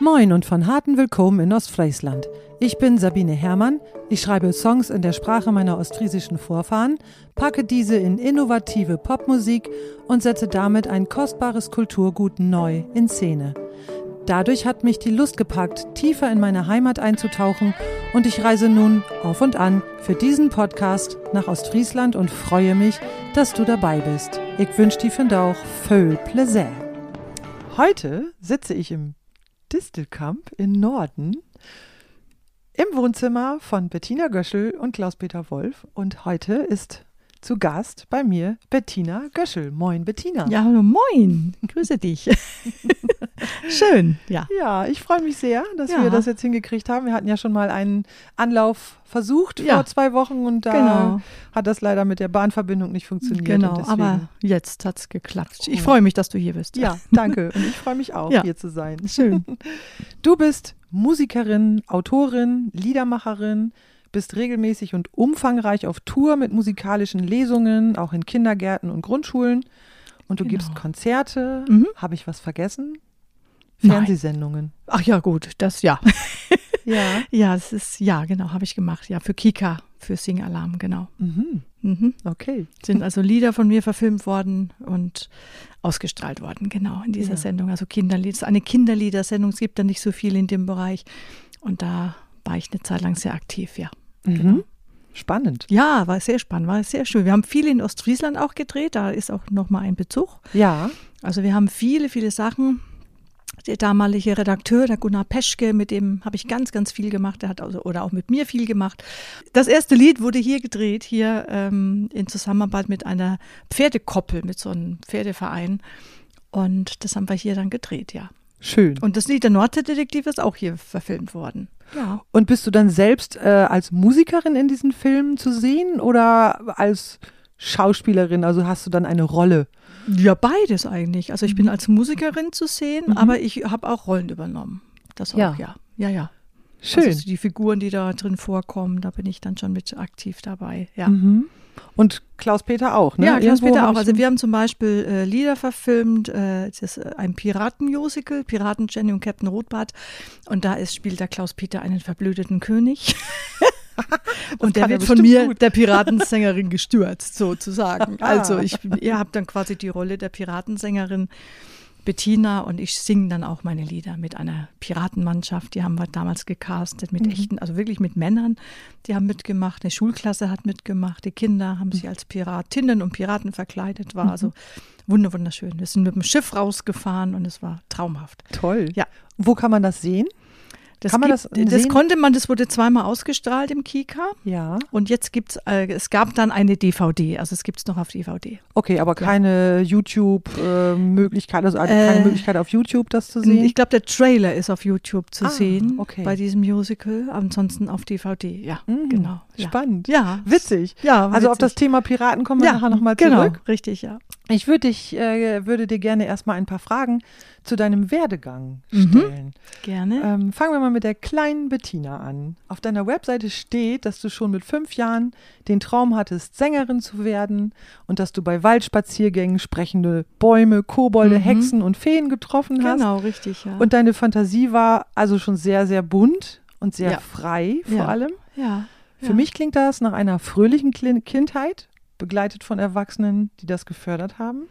Moin und von harten Willkommen in Ostfriesland. Ich bin Sabine Herrmann. Ich schreibe Songs in der Sprache meiner ostfriesischen Vorfahren, packe diese in innovative Popmusik und setze damit ein kostbares Kulturgut neu in Szene. Dadurch hat mich die Lust gepackt, tiefer in meine Heimat einzutauchen und ich reise nun auf und an für diesen Podcast nach Ostfriesland und freue mich, dass du dabei bist. Ich wünsche dir von da auch viel Plaisir. Heute sitze ich im Distelkamp in Norden im Wohnzimmer von Bettina Göschel und Klaus-Peter Wolf und heute ist zu Gast bei mir Bettina Göschel. Moin Bettina. Ja, hallo, moin. Grüße dich. Schön, ja. Ja, ich freue mich sehr, dass Ja. wir das jetzt hingekriegt haben. Wir hatten ja schon mal einen Anlauf versucht vor Ja. zwei Wochen und da Genau. hat das leider mit der Bahnverbindung nicht funktioniert. und Genau, deswegen- aber jetzt hat's geklappt. Ich Oh. freue mich, dass du hier bist. Ja, danke. Und ich freue mich auch, Ja. hier zu sein. Schön. Du bist Musikerin, Autorin, Liedermacherin, bist regelmäßig und umfangreich auf Tour mit musikalischen Lesungen, auch in Kindergärten und Grundschulen. Und du Genau. gibst Konzerte. Mhm. Habe ich was vergessen? Nein. Fernsehsendungen. Ach ja, gut, das ja. Ja. Ja, es ist, ja, genau, habe ich gemacht. Ja, für Kika, für Sing Alarm, genau. Mhm. Mhm. Okay. Sind also Lieder von mir verfilmt worden und ausgestrahlt worden, genau, in dieser Ja. Sendung. Also Kinderlied, es ist eine Kinderliedersendung, es gibt da nicht so viel in dem Bereich. Und da war ich eine Zeit lang sehr aktiv, ja. Mhm. Genau. Spannend. Ja, war sehr spannend, war sehr schön. Wir haben viel in Ostfriesland auch gedreht, da ist auch nochmal ein Bezug. Ja. Also wir haben viele, viele Sachen. Der damalige Redakteur, der Gunnar Peschke, mit dem habe ich ganz, ganz viel gemacht. Der hat also, oder auch mit mir viel gemacht. Das erste Lied wurde hier gedreht, hier ähm, in Zusammenarbeit mit einer Pferdekoppel, mit so einem Pferdeverein. Und das haben wir hier dann gedreht, ja. Schön. Und das Lied der Nordseedetektiv ist auch hier verfilmt worden. Ja. Und bist du dann selbst äh, als Musikerin in diesen Filmen zu sehen oder als Schauspielerin? Also hast du dann eine Rolle? Ja, beides eigentlich. Also ich bin Mhm. als Musikerin zu sehen, aber ich habe auch Rollen übernommen. Das auch, Ja. ja. Ja, ja. ja. Schön. Also die Figuren, die da drin vorkommen, da bin ich dann schon mit aktiv dabei. Ja, Mhm. Und Klaus-Peter auch, ne? ja Klaus Irgendwo Peter hab auch. ich Also wir haben zum Beispiel äh, Lieder verfilmt, äh, es ist äh, ein Piratenmusical, Piraten Jenny und Captain Rotbart. Und da ist, spielt der Klaus Peter einen verblödeten König. Und der kann er wird von bestimmt mir, gut. der Piratensängerin, gestürzt, sozusagen. Ah. Also ich, ihr habt dann quasi die Rolle der Piratensängerin Bettina und ich singe dann auch meine Lieder mit einer Piratenmannschaft. Die haben wir damals gecastet mit Mhm. echten, also wirklich mit Männern. Die haben mitgemacht, eine Schulklasse hat mitgemacht, die Kinder Mhm. haben sich als Piratinnen und Piraten verkleidet. War also wunder- wunderschön. Wir sind mit dem Schiff rausgefahren und es war traumhaft. Toll. Ja. Wo kann man das sehen? Das, Kann man das das sehen? konnte man, das wurde zweimal ausgestrahlt im Kika. Ja. Und jetzt gibt's, äh, es gab dann eine DVD, also es gibt's noch auf DVD. Okay, aber keine YouTube-Möglichkeit, also keine Äh, Möglichkeit auf YouTube das zu sehen. Ich glaube, der Trailer ist auf YouTube zu Ah, sehen okay. bei diesem Musical, ansonsten auf DVD, ja, Mhm, genau. Ja. Spannend. Ja, Witzig. ja Also auf das witzig. Thema Piraten kommen wir ja, nachher nochmal genau, zurück. richtig, ja. Ich würde dich, äh, würde dir gerne erstmal ein paar Fragen zu deinem Werdegang Mhm. stellen. Gerne. Ähm, fangen wir mal mit der kleinen Bettina an. Auf deiner Webseite steht, dass du schon mit fünf Jahren den Traum hattest, Sängerin zu werden und dass du bei Waldspaziergängen sprechende Bäume, Kobolde, Hexen und Feen getroffen hast. Mhm. genau, richtig, ja. Und deine Fantasie war also schon sehr, sehr bunt und sehr Ja. frei vor Ja. allem. ja, Für ja. mich klingt das nach einer fröhlichen Klin- Kindheit, begleitet von Erwachsenen, die das gefördert haben.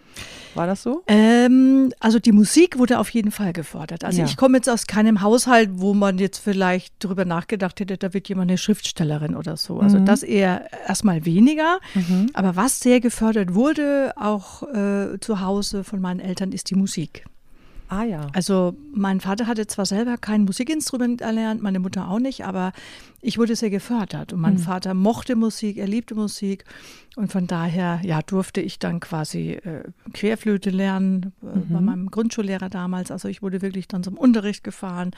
War das so? Ähm, also die Musik wurde auf jeden Fall gefordert. Also Ja. ich komme jetzt aus keinem Haushalt, wo man jetzt vielleicht drüber nachgedacht hätte, da wird jemand eine Schriftstellerin oder so. Also Mhm. das eher erstmal weniger. Mhm. Aber was sehr gefördert wurde, auch äh, zu Hause von meinen Eltern, ist die Musik. Ah ja. Also mein Vater hatte zwar selber kein Musikinstrument erlernt, meine Mutter auch nicht, aber ich wurde sehr gefördert. Und Mhm. mein Vater mochte Musik, er liebte Musik. Und von daher ja, durfte ich dann quasi äh, Querflöte lernen äh, Mhm. bei meinem Grundschullehrer damals. Also ich wurde wirklich dann zum Unterricht gefahren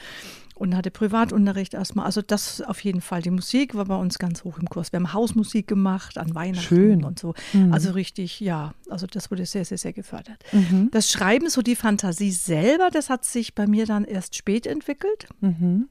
und hatte Privatunterricht erstmal. Also das auf jeden Fall. Die Musik war bei uns ganz hoch im Kurs. Wir haben Hausmusik gemacht an Weihnachten Schön. und so. Also richtig, ja. Also das wurde sehr, sehr, sehr gefördert. Mhm. Das Schreiben, so die Fantasie selber, das hat sich bei mir dann erst spät entwickelt. Mhm.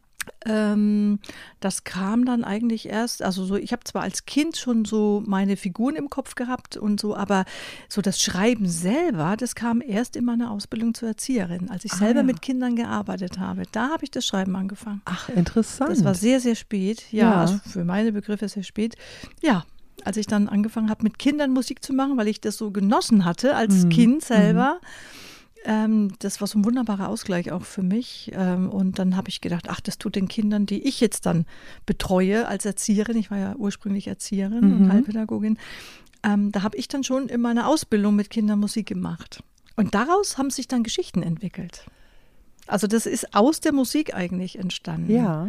Ähm, das kam dann eigentlich erst, also so, ich habe zwar als Kind schon so meine Figuren im Kopf gehabt und so, aber so das Schreiben selber, das kam erst in meiner Ausbildung zur Erzieherin, als ich Ah, selber ja. mit Kindern gearbeitet habe. Da habe ich das Schreiben angefangen. Ach, interessant. Das war sehr, sehr spät. Ja, Ja. Also für meine Begriffe sehr spät. Ja, als ich dann angefangen habe, mit Kindern Musik zu machen, weil ich das so genossen hatte als Mhm. Kind selber. Ähm, das war so ein wunderbarer Ausgleich auch für mich. Ähm, und dann habe ich gedacht, ach, das tut den Kindern, die ich jetzt dann betreue als Erzieherin. Ich war ja ursprünglich Erzieherin Mhm. und Heilpädagogin. Ähm, da habe ich dann schon in meiner Ausbildung mit Kindern Musik gemacht. Und daraus haben sich dann Geschichten entwickelt. Also das ist aus der Musik eigentlich entstanden. ja.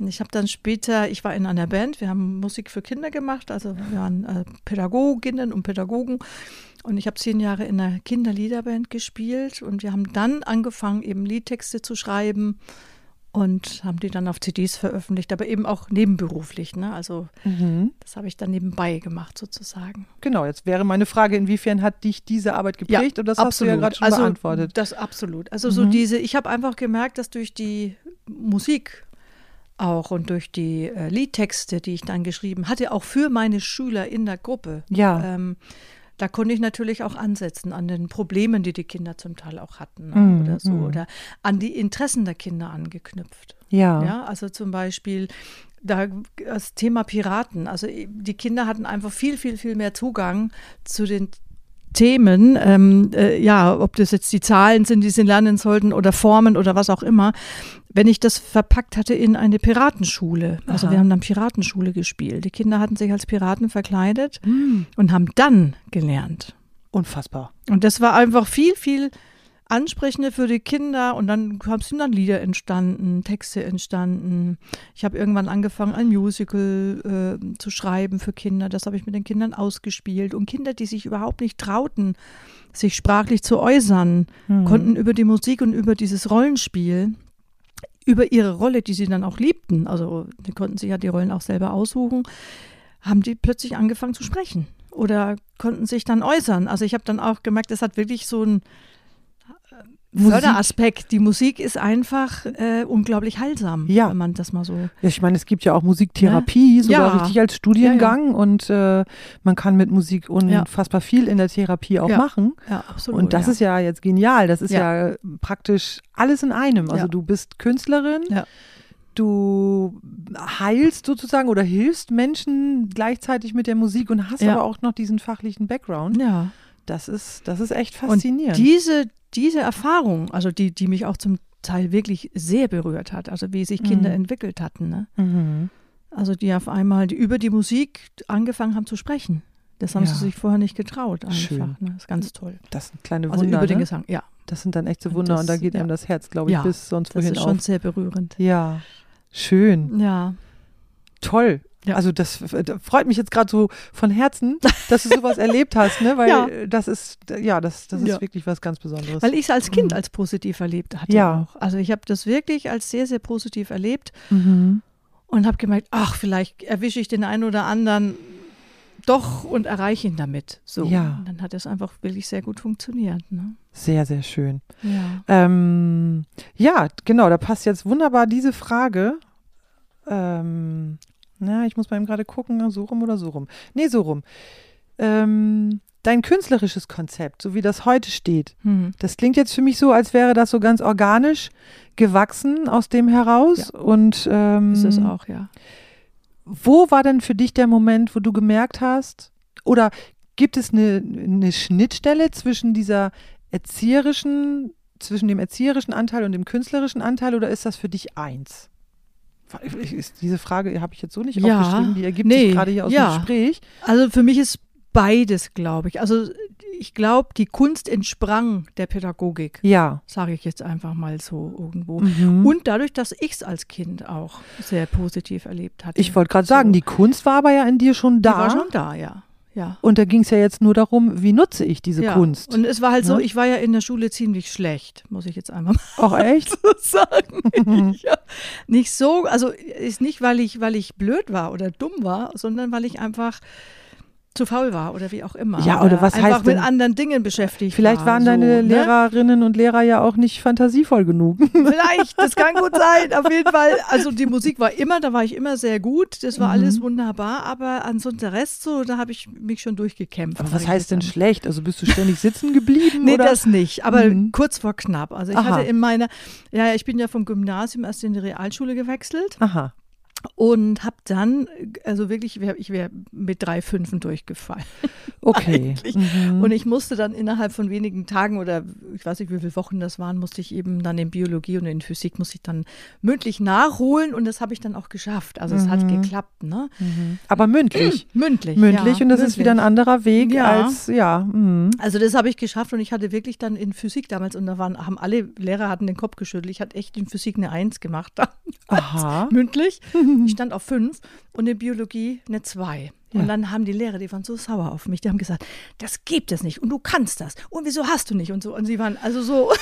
Und Ich habe dann später, ich war in einer Band, wir haben Musik für Kinder gemacht, also wir waren äh, Pädagoginnen und Pädagogen. Und ich habe zehn Jahre in einer Kinderliederband gespielt und wir haben dann angefangen, eben Liedtexte zu schreiben und haben die dann auf CDs veröffentlicht, aber eben auch nebenberuflich. Ne? Also Mhm. das habe ich dann nebenbei gemacht sozusagen. Genau, jetzt wäre meine Frage, inwiefern hat dich diese Arbeit geprägt? Und das hast du ja gerade schon also, beantwortet. Das absolut. Also so Mhm. diese, ich habe einfach gemerkt, dass durch die Musik auch und durch die äh, Liedtexte, die ich dann geschrieben hatte, auch für meine Schüler in der Gruppe, Ja. ähm, da konnte ich natürlich auch ansetzen an den Problemen, die die Kinder zum Teil auch hatten ne, Mhm, oder so mhm. oder an die Interessen der Kinder angeknüpft. ja. Ja, also zum Beispiel da das Thema Piraten. Also die Kinder hatten einfach viel, viel, viel mehr Zugang zu den Themen, ähm, äh, ja, ob das jetzt die Zahlen sind, die sie lernen sollten oder Formen oder was auch immer, wenn ich das verpackt hatte in eine Piratenschule. Also Aha. wir haben dann Piratenschule gespielt. Die Kinder hatten sich als Piraten verkleidet Hm, und haben dann gelernt. Unfassbar. Und das war einfach viel, viel ansprechender für die Kinder. Und dann kam- sind dann Lieder entstanden, Texte entstanden. Ich habe irgendwann angefangen, ein Musical äh, zu schreiben für Kinder. Das habe ich mit den Kindern ausgespielt. Und Kinder, die sich überhaupt nicht trauten, sich sprachlich zu äußern, Hm. konnten über die Musik und über dieses Rollenspiel über ihre Rolle, die sie dann auch liebten, also die konnten sich ja die Rollen auch selber aussuchen, haben die plötzlich angefangen zu sprechen oder konnten sich dann äußern. Also ich habe dann auch gemerkt, das hat wirklich so äh, einen Musik. Förderaspekt. Die Musik ist einfach äh, unglaublich heilsam, Ja. wenn man das mal so. Ja, Ich meine, es gibt ja auch Musiktherapie, sogar Ja. richtig als Studiengang und äh, man kann mit Musik unfassbar viel in der Therapie auch Ja. machen. Ja, absolut. Und das ja. ist ja jetzt genial. Das ist ja, Ja. praktisch alles in einem. Also Ja. du bist Künstlerin, Ja. du heilst sozusagen oder hilfst Menschen gleichzeitig mit der Musik und hast Ja. aber auch noch diesen fachlichen Background. ja. Das ist, das ist echt Und faszinierend. diese, diese Erfahrung, also die, die mich auch zum Teil wirklich sehr berührt hat, also wie sich Kinder Mhm. entwickelt hatten. Ne? mhm. Also die auf einmal die, über die Musik angefangen haben zu sprechen. Das haben Ja. sie sich vorher nicht getraut einfach. Schön. Ne? Das ist ganz toll. Das sind kleine Also Wunder. über den ne? Gesang, ja. Das sind dann echte Und Wunder das- und da geht ja. einem das Herz, glaube ich, Ja, bis sonst Das wohin ist schon auf. sehr berührend. Ja, schön. Ja. Toll. Ja. Also das f- f- freut mich jetzt gerade so von Herzen, dass du sowas erlebt hast, ne? Weil Ja. äh, das ist, ja, das, das ist Ja. wirklich was ganz Besonderes. Weil ich es als Kind als positiv erlebt hatte. Ja. Auch. Also ich habe das wirklich als sehr, sehr positiv erlebt mhm. und habe gemerkt, ach, vielleicht erwische ich den einen oder anderen doch und erreiche ihn damit. So. Ja. Und dann hat das einfach wirklich sehr gut funktioniert. Ne? Sehr, sehr schön. Ja. Ähm, ja, genau, da passt jetzt wunderbar diese Frage. Ähm, na, ich muss mal eben gerade gucken, so rum oder so rum. Nee, so rum. Ähm, dein künstlerisches Konzept, so wie das heute steht, Hm. Das klingt jetzt für mich so, als wäre das so ganz organisch gewachsen aus dem heraus. Und ähm, Ist es auch, ja. wo war denn für dich der Moment, wo du gemerkt hast, oder gibt es eine, eine Schnittstelle zwischen dieser erzieherischen, zwischen dem erzieherischen Anteil und dem künstlerischen Anteil, oder ist das für dich eins? Ist diese Frage habe ich jetzt so nicht Ja. aufgeschrieben, die ergibt Nee, sich gerade hier aus ja. dem Gespräch. Also für mich ist beides, glaube ich. Also ich glaube, die Kunst entsprang der Pädagogik, Ja. sage ich jetzt einfach mal so irgendwo. Mhm. Und dadurch, dass ich es als Kind auch sehr positiv erlebt hatte. ich wollte gerade sagen, So. die Kunst war aber ja in dir schon Die da. war schon da, ja. Ja. Und da ging es ja jetzt nur darum, wie nutze ich diese ja. Kunst? Und es war halt so, Ne? ich war ja in der Schule ziemlich schlecht, muss ich jetzt einmal Auch echt? so Mhm. sagen. ja. Nicht so, also ist nicht, weil ich, weil ich blöd war oder dumm war, sondern weil ich einfach zu faul war oder wie auch immer. Ja, oder was einfach heißt mit denn- anderen Dingen beschäftigt. Vielleicht war, waren so, deine ne? Lehrerinnen und Lehrer ja auch nicht fantasievoll genug. Vielleicht, das kann gut sein. Auf jeden Fall, also die Musik war immer, da war ich immer sehr gut. Das war alles Mhm. wunderbar, aber ansonsten der Rest so, da habe ich mich schon durchgekämpft. Aber muss was ich heißt denn sagen. schlecht? Also bist du ständig sitzen geblieben? Nee, oder? das nicht, aber Mhm. kurz vor knapp. Also ich Aha. hatte in meiner, ja, ja, ich bin ja vom Gymnasium erst in die Realschule gewechselt Aha. und habe dann, also wirklich, wär- ich wäre mit drei Fünfen durchgefallen. Okay. Eigentlich. Mhm. Und ich musste dann innerhalb von wenigen Tagen oder ich weiß nicht, wie viele Wochen das waren, musste ich eben dann in Biologie und in Physik, musste ich dann mündlich nachholen und das habe ich dann auch geschafft. Also es hat geklappt, ne? Mhm. Aber mündlich. Mündlich. Mhm. mündlich ja, und das ist wieder ein mündlich. anderer Weg Ja. als, ja. mhm. Also das habe ich geschafft und ich hatte wirklich dann in Physik damals und da waren, haben alle Lehrer hatten den Kopf geschüttelt. Ich hatte echt in Physik eine Eins gemacht, Aha. mündlich. Ich stand auf fünf und in Biologie eine zwei. Ja. Und dann haben die Lehrer, die waren so sauer auf mich, die haben gesagt, das gibt es nicht und du kannst das und wieso hast du nicht und so. Und sie waren also so,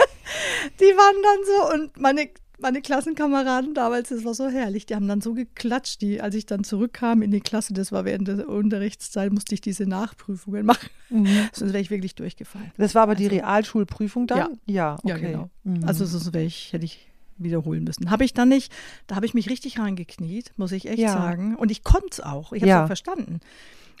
die waren dann so und meine, meine Klassenkameraden damals, das war so herrlich, die haben dann so geklatscht, die, als ich dann zurückkam in die Klasse, das war während der Unterrichtszeit, musste ich diese Nachprüfungen machen, sonst wäre ich wirklich durchgefallen. Das war aber die Realschulprüfung dann? Ja, okay. Ja, genau. Mhm. Also sonst wäre ich, hätte ich wiederholen müssen. Habe ich dann nicht. Da habe ich mich richtig reingekniet, muss ich echt Ja. sagen. Und ich konnte es auch. Ich habe es Ja. auch verstanden.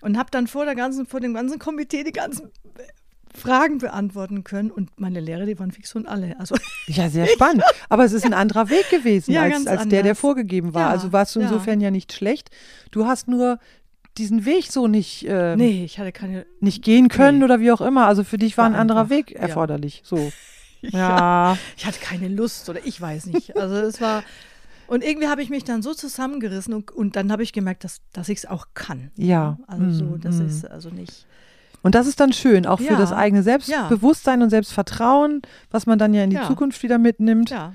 Und habe dann vor, der ganzen, vor dem ganzen Komitee die ganzen äh, Fragen beantworten können. Und meine Lehrer, die waren fix und alle. Also ja, sehr spannend. Aber es ist ein anderer Weg gewesen Ja, als, ganz als der, der anders. vorgegeben war. Ja, also warst du ja. insofern ja nicht schlecht. Du hast nur diesen Weg so nicht, ähm, nee, ich hatte keine. nicht gehen können Nee. oder wie auch immer. Also für dich war, War ein anderer einfach, Weg ja. erforderlich. So. Ja. Ich hatte keine Lust oder ich weiß nicht. Also es war. Und irgendwie habe ich mich dann so zusammengerissen und, und dann habe ich gemerkt, dass, dass ich es auch kann. Ja. Also so, Mm, das mm. ist also nicht. Und das ist dann schön, auch für Ja. das eigene Selbstbewusstsein und Selbstvertrauen, was man dann ja in die Ja. Zukunft wieder mitnimmt. Ja.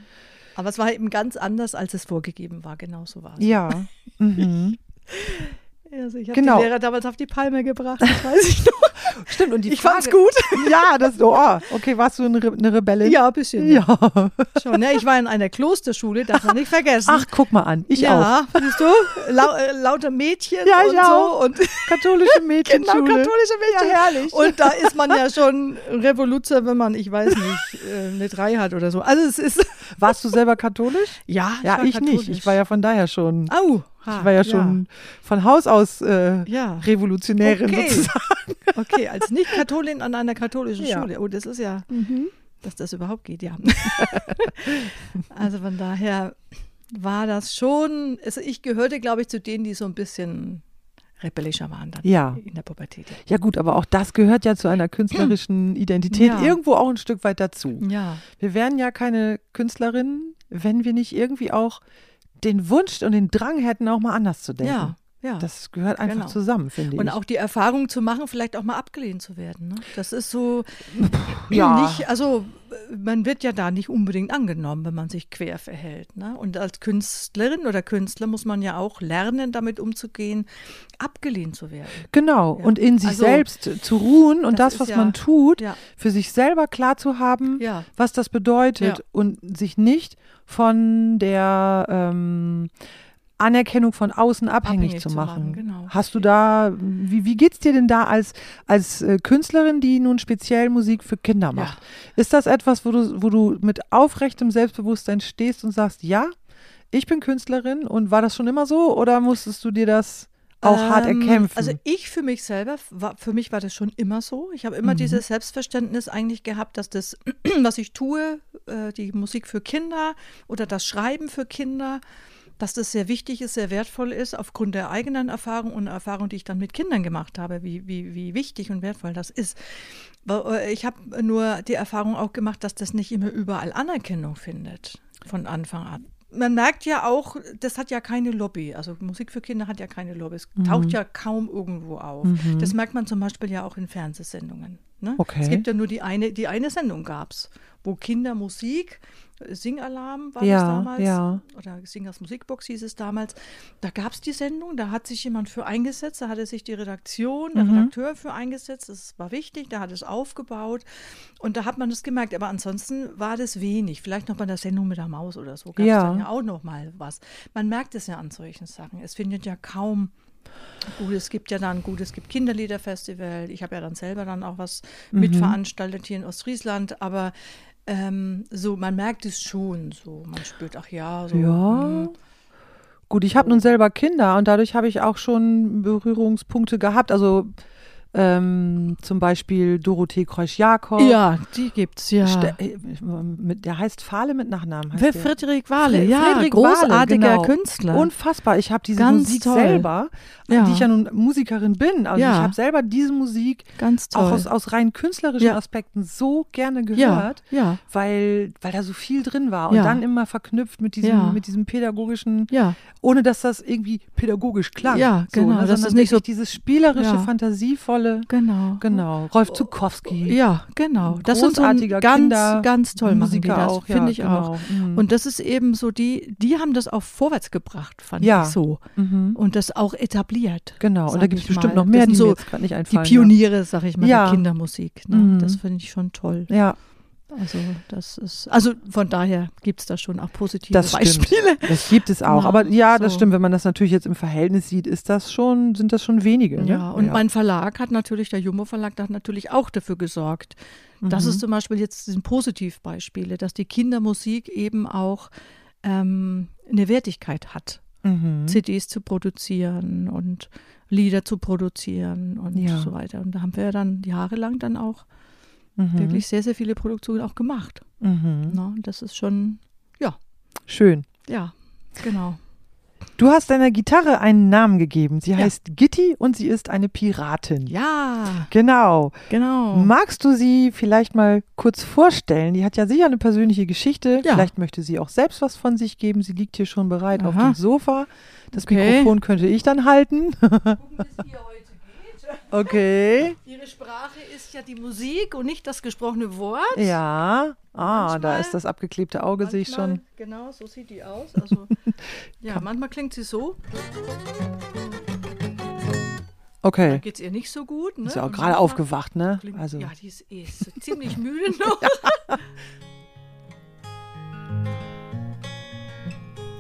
Aber es war eben ganz anders, als es vorgegeben war. Genau so war es. Ja. Mhm. Also ich habe Genau. die Lehrer damals auf die Palme gebracht, das weiß ich noch. Stimmt, und die ich Frage, fand's gut. Ja, das, oh, okay, warst du eine, Re eine Rebellin? Ja, ein bisschen. Ja. Schon, ne? Ich war in einer Klosterschule, darf man nicht vergessen. Ach, guck mal an, ich auch. ja, siehst du? Lau äh, lauter Mädchen Ja, ich und auch. so. Und Katholische Mädchenschule. genau, katholische Mädchen. Ja, herrlich. Und da ist man ja schon Revoluzer, wenn man, ich weiß nicht, äh, eine Drei hat oder so. Also es ist. Warst du selber katholisch? Ja, ja, war ich nicht. katholisch. Ich war ja von daher schon. Au, ha, Ich war ja schon von Haus aus äh, Ja. Revolutionärin Okay. sozusagen. Okay, als Nicht-Katholin an einer katholischen Ja. Mhm. Schule. Oh, das ist ja, dass das überhaupt geht, ja. also von daher war das schon, also ich gehörte, glaube ich, zu denen, die so ein bisschen rebellischer waren dann Ja. in der Pubertät. Ja gut, aber auch das gehört ja zu einer künstlerischen Identität Ja. irgendwo auch ein Stück weit dazu. Ja, Wir wären ja keine Künstlerinnen, wenn wir nicht irgendwie auch den Wunsch und den Drang hätten, auch mal anders zu denken. ja, ja. Das gehört einfach Genau. zusammen, finde und ich. auch die Erfahrung zu machen, vielleicht auch mal abgelehnt zu werden. Ne? Das ist so ja. nicht, also man wird ja da nicht unbedingt angenommen, wenn man sich quer verhält. Ne? Und als Künstlerin oder Künstler muss man ja auch lernen, damit umzugehen, abgelehnt zu werden. Genau, Ja. und in sich Also, selbst zu ruhen und das, das ist was ja- man tut, ja. für sich selber klar zu haben, Ja. was das bedeutet Ja. und sich nicht von der ähm, Anerkennung von außen abhängig, Abhängig zu zu machen. machen, genau. Hast du da, wie, wie geht's dir denn da als, als äh, Künstlerin, die nun speziell Musik für Kinder macht? Ist das etwas, wo du, wo du mit aufrechtem Selbstbewusstsein stehst und sagst, ja, ich bin Künstlerin und war das schon immer so oder musstest du dir das auch hart Ähm, erkämpfen? Also ich für mich selber, war, für mich war das schon immer so. Ich habe immer Mhm. dieses Selbstverständnis eigentlich gehabt, dass das, was ich tue, äh, die Musik für Kinder oder das Schreiben für Kinder, dass das sehr wichtig ist, sehr wertvoll ist, aufgrund der eigenen Erfahrung und Erfahrung, die ich dann mit Kindern gemacht habe, wie, wie, wie wichtig und wertvoll das ist. Aber, äh, Ich habe nur die Erfahrung auch gemacht, dass das nicht immer überall Anerkennung findet von Anfang an. Man merkt ja auch, das hat ja keine Lobby. Also Musik für Kinder hat ja keine Lobby. Es Mhm. taucht ja kaum irgendwo auf. Das merkt man zum Beispiel ja auch in Fernsehsendungen. Ne? Okay. Es gibt ja nur die eine, die eine Sendung gab es, wo Kinder Musik, äh, Singalarm war Ja, das damals, ja. oder Singers Musikbox hieß es damals. Da gab es die Sendung, da hat sich jemand für eingesetzt, da hatte sich die Redaktion, der Redakteur für eingesetzt, das war wichtig, da hat es aufgebaut und da hat man das gemerkt. Aber ansonsten war das wenig. Vielleicht noch bei der Sendung mit der Maus oder so gab es Ja. dann ja auch noch mal was. Man merkt es ja an solchen Sachen. Es findet ja kaum Gut, Oh, es gibt ja dann, gut, es gibt Kinderliederfestival. Ich habe ja dann selber dann auch was mitveranstaltet hier in Ostfriesland, aber ähm, so, man merkt es schon so. Man spürt, ach ja, so. Ja. hm. Gut, ich habe nun selber Kinder und dadurch habe ich auch schon Berührungspunkte gehabt. Also ähm, zum Beispiel Dorothee Kreusch-Jakob. Ja, die gibt's, ja. Ste- äh, mit, der heißt Fahle mit Nachnamen. Heißt Wer- der. Friedrich Wahle, Fre- ja, Friedrich großartiger Wahle, genau. Künstler. Unfassbar. Ich habe diese Ganz Musik toll. selber, Ja. die ich ja nun Musikerin bin. Also Ja. ich habe selber diese Musik Ganz toll. auch aus, aus rein künstlerischen Ja. Aspekten so gerne ja, gehört. ja, Weil, weil da so viel drin war und Ja. dann immer verknüpft mit diesem, Ja. mit diesem pädagogischen, ja, ohne dass das irgendwie pädagogisch klang. Ja, genau, So, ne, dass sondern das nicht so- wirklich dieses spielerische, Ja. fantasievolle. genau. Genau. Rolf Zukowski. Ja, genau. Das sind so Großartiger ganz, Kinder- ganz toll machen Musiker die das, auch, ja, finde ich auch. genau. Mhm. Und das ist eben so, die, die haben das auch vorwärts gebracht, fand Ja. ich so. Und das auch etabliert. Mhm. Genau. Und da sag gibt es ich bestimmt mal. noch mehr, das die sind so mir jetzt gerade nicht die einfallen. ne? Pioniere, sag ich mal, Ja. der Kindermusik. Ne? Mhm. Das finde ich schon toll. Ja, Also das ist, also von daher gibt es da schon auch positive das Beispiele. stimmt. Das gibt es auch. Na, Aber ja, das so. stimmt. Wenn man das natürlich jetzt im Verhältnis sieht, ist das schon, sind das schon wenige. Ne? Ja, und mein Verlag hat natürlich, der Jumbo Verlag hat natürlich auch dafür gesorgt. Das Mhm. ist zum Beispiel jetzt sind Positivbeispiele, dass die Kindermusik eben auch ähm, eine Wertigkeit hat. Mhm. CDs zu produzieren und Lieder zu produzieren und Ja. so weiter. Und da haben wir ja dann jahrelang dann auch Mhm. wirklich sehr, sehr viele Produktionen auch gemacht. Mhm. Na, und Ne, das ist schon, Schön. ja, genau. Du hast deiner Gitarre einen Namen gegeben. Sie Ja. heißt Gitti und sie ist eine Piratin. Ja, Genau. genau. Magst du sie vielleicht mal kurz vorstellen? Die hat ja sicher eine persönliche Geschichte. Ja. Vielleicht möchte sie auch selbst was von sich geben. Sie liegt hier schon bereit auf Aha. dem Sofa. Das Okay. Mikrofon könnte ich dann halten. Okay. Ihre Sprache ist ja die Musik und nicht das gesprochene Wort. Ja. Ah, da Manchmal- ist das abgeklebte Auge, sehe ich schon. Genau, so sieht die aus. Also, ja, manchmal klingt sie so, da Okay. geht es ihr nicht so gut. Ne? Ist ja auch Und gerade ne? manchmal aufgewacht, ne? Klingt, Also. Ja, die ist, eh so ziemlich müde noch.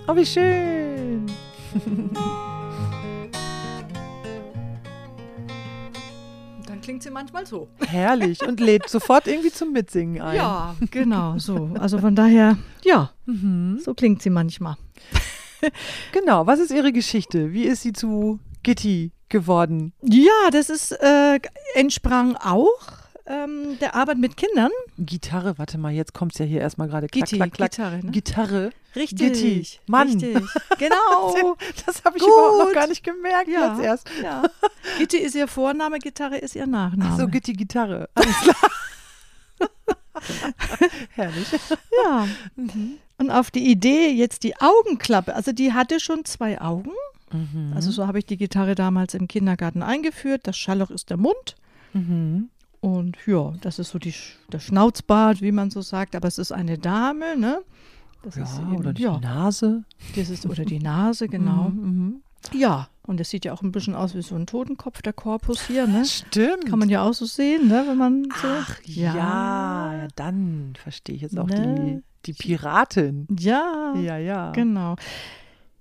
Oh, wie schön. Und Dann klingt sie manchmal so. Herrlich. Und lädt sofort irgendwie zum Mitsingen ein. Ja, genau, so. Also von daher, ja, so klingt sie manchmal. Mhm. Genau. Was ist ihre Geschichte? Wie ist sie zu Gitti geworden? Ja, das ist äh, entsprang auch ähm, der Arbeit mit Kindern. Gitarre, warte mal, jetzt kommt es ja hier erstmal gerade. Klack, Gitti, klack, klack. Gitarre, ne? Gitarre. Richtig. Gitti, Mann. Richtig. Genau. Das habe ich Gut. überhaupt noch gar nicht gemerkt Ja. jetzt erst. ja. Gitti ist ihr Vorname, Gitarre ist ihr Nachname. Ach so, Gitti Gitarre. Alles klar. Herrlich. ja. Mhm. Und auf die Idee jetzt die Augenklappe. Also die hatte schon zwei Augen. Mhm. Also so habe ich die Gitarre damals im Kindergarten eingeführt. Das Schallloch ist der Mund. Mhm. Und ja, das ist so die, Sch- der Schnauzbart, wie man so sagt. Aber es ist eine Dame, ne? Das ist Ja, eben, oder die Mhm. ja, Nase. das ist, oder die Nase, genau. Ja, und das sieht ja auch ein bisschen aus wie so ein Totenkopf, der Korpus hier, ne? Stimmt. Kann man ja auch so sehen, ne? Wenn man so. Ach ja, ja dann verstehe ich jetzt auch Ne? die, die Piratin. Ja. Ja, ja. Genau.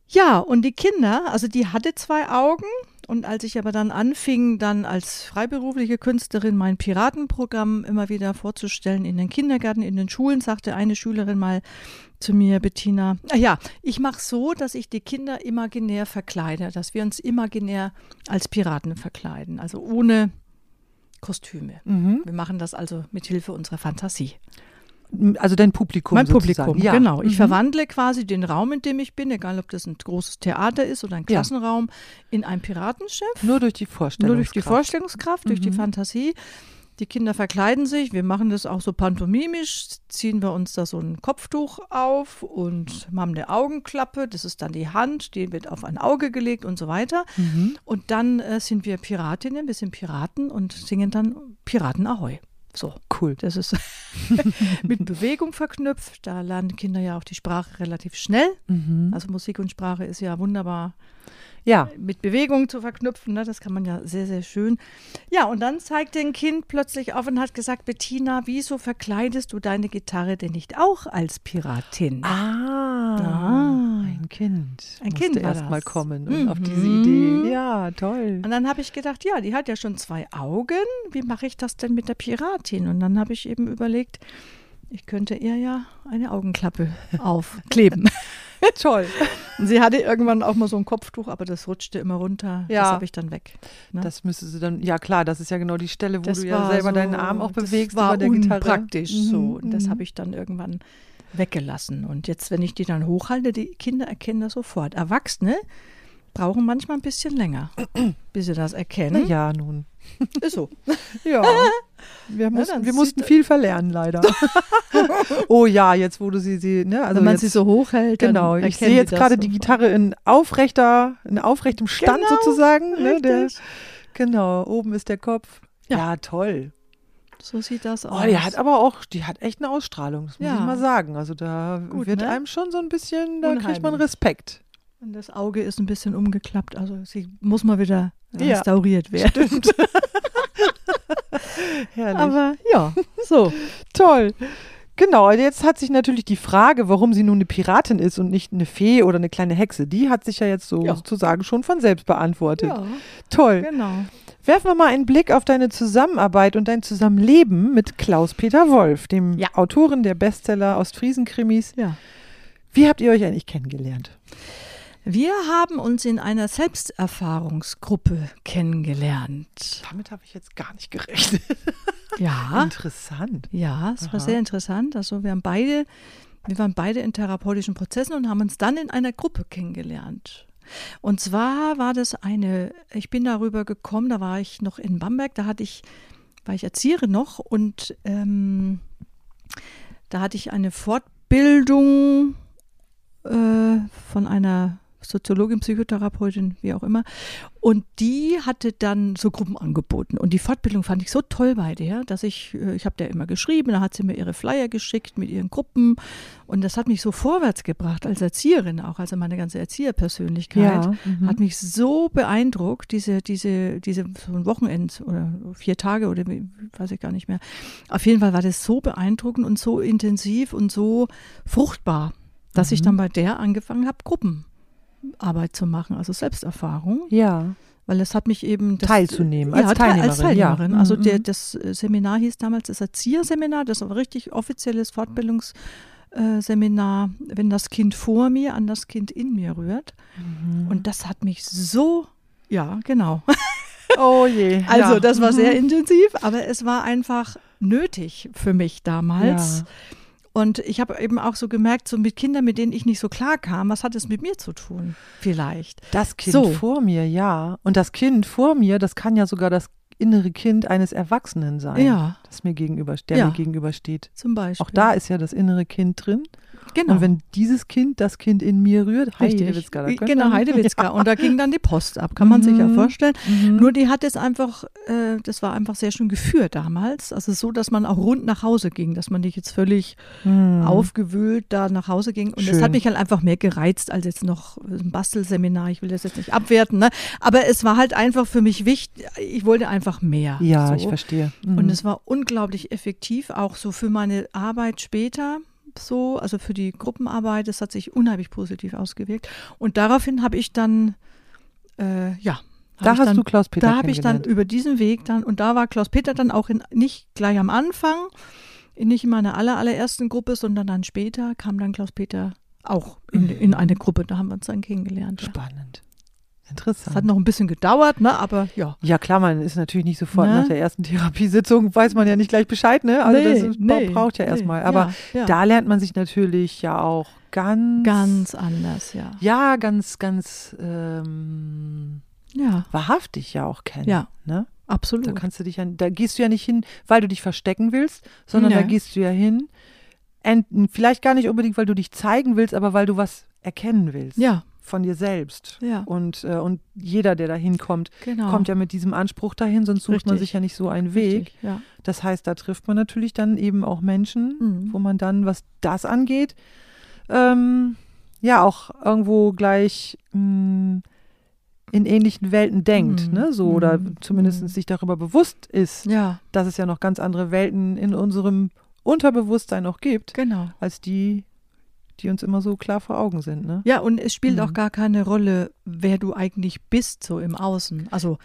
Ja, und die Kinder, also die hatte zwei Augen. Und als ich aber dann anfing, dann als freiberufliche Künstlerin mein Piratenprogramm immer wieder vorzustellen in den Kindergärten, in den Schulen, sagte eine Schülerin mal zu mir, Bettina, "Ah ja, ich mache so, dass ich die Kinder imaginär verkleide, dass wir uns imaginär als Piraten verkleiden, also ohne Kostüme. Mhm. Wir machen das also mit Hilfe unserer Fantasie. Also dein Publikum. Mein sozusagen. Publikum, ja. genau. Ich Mhm. verwandle quasi den Raum, in dem ich bin, egal ob das ein großes Theater ist oder ein Ja. Klassenraum, in ein Piratenschiff. Nur durch die Vorstellung. Nur durch die Vorstellungskraft, durch die Fantasie. Die Kinder verkleiden sich, wir machen das auch so pantomimisch, ziehen wir uns da so ein Kopftuch auf und haben eine Augenklappe, das ist dann die Hand, die wird auf ein Auge gelegt und so weiter. Und dann äh, sind wir Piratinnen, wir sind Piraten und singen dann Piraten Ahoi. So. Cool. Das ist mit Bewegung verknüpft. Da lernen Kinder ja auch die Sprache relativ schnell. Also Musik und Sprache ist ja wunderbar Ja. mit Bewegung zu verknüpfen. Ne? Das kann man ja sehr, sehr schön. Ja, und dann zeigte ein Kind plötzlich auf und hat gesagt, Bettina, wieso verkleidest du deine Gitarre denn nicht auch als Piratin? Ah. Ah, Ein ein Kind. Ein musste Kind war erst mal das. kommen und auf diese Mhm. Idee. Ja, toll. Und dann habe ich gedacht, ja, die hat ja schon zwei Augen. Wie mache ich das denn mit der Piratin? Und dann habe ich eben überlegt, ich könnte ihr ja eine Augenklappe aufkleben. toll. Und Sie hatte irgendwann auch mal so ein Kopftuch, aber das rutschte immer runter. Das Ja. habe ich dann weg. Ne? Das müsstest du dann, ja klar, das ist ja genau die Stelle, wo Das du ja war selber so- deinen Arm auch bewegst das war über der Gitarre. unpraktisch so. Mhm, Und das mhm. habe ich dann irgendwann weggelassen. Und jetzt, wenn ich die dann hochhalte, die Kinder erkennen das sofort. Erwachsene brauchen manchmal ein bisschen länger, bis sie das Na erkennen. ja, nun. Ist so. Ja. Wir mussten, dann wir sieht- mussten viel verlernen, leider. oh ja, jetzt wo du sie, sie ne, also Wenn man jetzt, sie so hochhält, dann genau, ich erkennen sehe die jetzt das gerade die sofort. Gitarre in aufrechter, in aufrechtem Stand Genau, sozusagen. Ne, der, Richtig. genau, oben ist der Kopf. Ja. Ja, toll. So sieht das aus. Oh, die hat aber auch, die hat echt eine Ausstrahlung, das muss Ja. ich mal sagen. Also da Gut, wird ne? einem schon so ein bisschen, da kriegt man Unheimlich. Respekt. Und das Auge ist ein bisschen umgeklappt, also sie muss mal wieder Ja. restauriert werden. Herrlich. Aber ja, so. Toll. Genau, jetzt hat sich natürlich die Frage, warum sie nun eine Piratin ist und nicht eine Fee oder eine kleine Hexe, die hat sich ja jetzt so Ja. sozusagen schon von selbst beantwortet. ja, Toll. genau. Werfen wir mal einen Blick auf deine Zusammenarbeit und dein Zusammenleben mit Klaus-Peter Wolf, dem Ja. Autoren der Bestseller Ostfriesen-Krimis. Ja. Wie habt ihr euch eigentlich kennengelernt? Wir haben uns in einer Selbsterfahrungsgruppe kennengelernt. Damit habe ich jetzt gar nicht gerechnet. Ja, Interessant. ja, es war Aha. sehr interessant. Also wir haben beide, wir waren beide in therapeutischen Prozessen und haben uns dann in einer Gruppe kennengelernt. Und zwar war das eine, ich bin darüber gekommen, da war ich noch in Bamberg, da hatte ich, war ich Erzieherin noch und ähm, da hatte ich eine Fortbildung äh, von einer Soziologin, Psychotherapeutin, wie auch immer. Und die hatte dann so Gruppen angeboten. Und die Fortbildung fand ich so toll bei der, dass ich, äh, ich habe der immer geschrieben, da hat sie mir ihre Flyer geschickt mit ihren Gruppen. Und das hat mich so vorwärts gebracht als Erzieherin auch, also meine ganze Erzieherpersönlichkeit. mhm. Hat mich so beeindruckt, diese, diese, diese so ein Wochenend oder vier Tage oder wie- weiß ich gar nicht mehr. Auf jeden Fall war das so beeindruckend und so intensiv und so fruchtbar, dass ich Mhm. dann bei der angefangen habe, Gruppenarbeit zu machen, also Selbsterfahrung, Ja. weil das hat mich eben das, Teilzunehmen, ja, als te- Teilnehmerin. Als Teilnehmerin. Also Mhm. der, das äh, Seminar hieß damals das Erzieherseminar, das war richtig offizielles Fortbildungsseminar, wenn das Kind vor mir an das Kind in mir rührt. Mhm. Und das hat mich so, ja, genau. Oh je. Also ja. Mhm. das war sehr intensiv, aber es war einfach nötig für mich damals. Ja. Und ich habe eben auch so gemerkt, so mit Kindern, mit denen ich nicht so klar kam, was hat es mit mir zu tun? Vielleicht. Das Kind So. vor mir, ja. Und das Kind vor mir, das kann ja sogar das innere Kind eines Erwachsenen sein, Ja, das mir gegenüber, der Ja. mir gegenübersteht. zum Beispiel. Auch da ist ja das innere Kind drin. genau. Und wenn dieses Kind das Kind in mir rührt, Richtig. Heidewitzka, da könnte genau, man- Heidewitzka. Und da ging dann die Post ab, kann man sich ja Mhm. vorstellen. Mhm. Nur die hat es einfach, äh, das war einfach sehr schön geführt damals. Also so, dass man auch rund nach Hause ging, dass man nicht jetzt völlig Mhm. aufgewühlt da nach Hause ging. Und das Schön. hat mich halt einfach mehr gereizt als jetzt noch ein Bastelseminar. Ich will das jetzt nicht abwerten, ne? aber es war halt einfach für mich wichtig. Ich wollte einfach mehr. Ja, so. ich verstehe. Mhm. Und es war unglaublich effektiv, auch so für meine Arbeit später. So, also für die Gruppenarbeit, das hat sich unheimlich positiv ausgewirkt. Und daraufhin habe ich dann, äh, ja, hab da ich hast dann, du Klaus Peter da habe ich dann über diesen Weg dann, und da war Klaus Peter dann auch in, nicht gleich am Anfang, in- nicht in meiner aller, allerersten Gruppe, sondern dann später kam dann Klaus Peter auch in, in eine Gruppe. Da haben wir uns dann kennengelernt. Ja. Mhm. Spannend. Das hat Interessant. noch ein bisschen gedauert, ne? aber ja. Ja, klar, man ist natürlich nicht sofort Ne? nach der ersten Therapiesitzung, weiß man ja nicht gleich Bescheid, ne? Also das Nee, ist, man nee, braucht ja nee. erstmal. Aber ja, ja. da lernt man sich natürlich ja auch ganz, ganz anders, ja. ja, ganz, ganz ähm, Ja, wahrhaftig ja auch kennen. Ja. Ne? Da absolut. kannst du dich ja, da gehst du ja nicht hin, weil du dich verstecken willst, sondern da Nee. gehst du ja hin. Ent, vielleicht gar nicht unbedingt, weil du dich zeigen willst, aber weil du was erkennen willst. Ja, Von dir selbst. Ja. Und, äh, und jeder, der da hinkommt, genau. kommt ja mit diesem Anspruch dahin, sonst sucht man Richtig. sich ja nicht so einen Weg. Richtig, ja. Das heißt, da trifft man natürlich dann eben auch Menschen, Mhm. wo man dann, was das angeht, ähm, ja auch irgendwo gleich mh, in ähnlichen Welten denkt, Mhm. ne? So oder Mhm. zumindest Mhm. sich darüber bewusst ist, ja, dass es ja noch ganz andere Welten in unserem Unterbewusstsein noch gibt, genau. als die, die uns immer so klar vor Augen sind. Ne? Ja, und es spielt auch gar keine Rolle, wer du eigentlich bist, so im Außen. Also,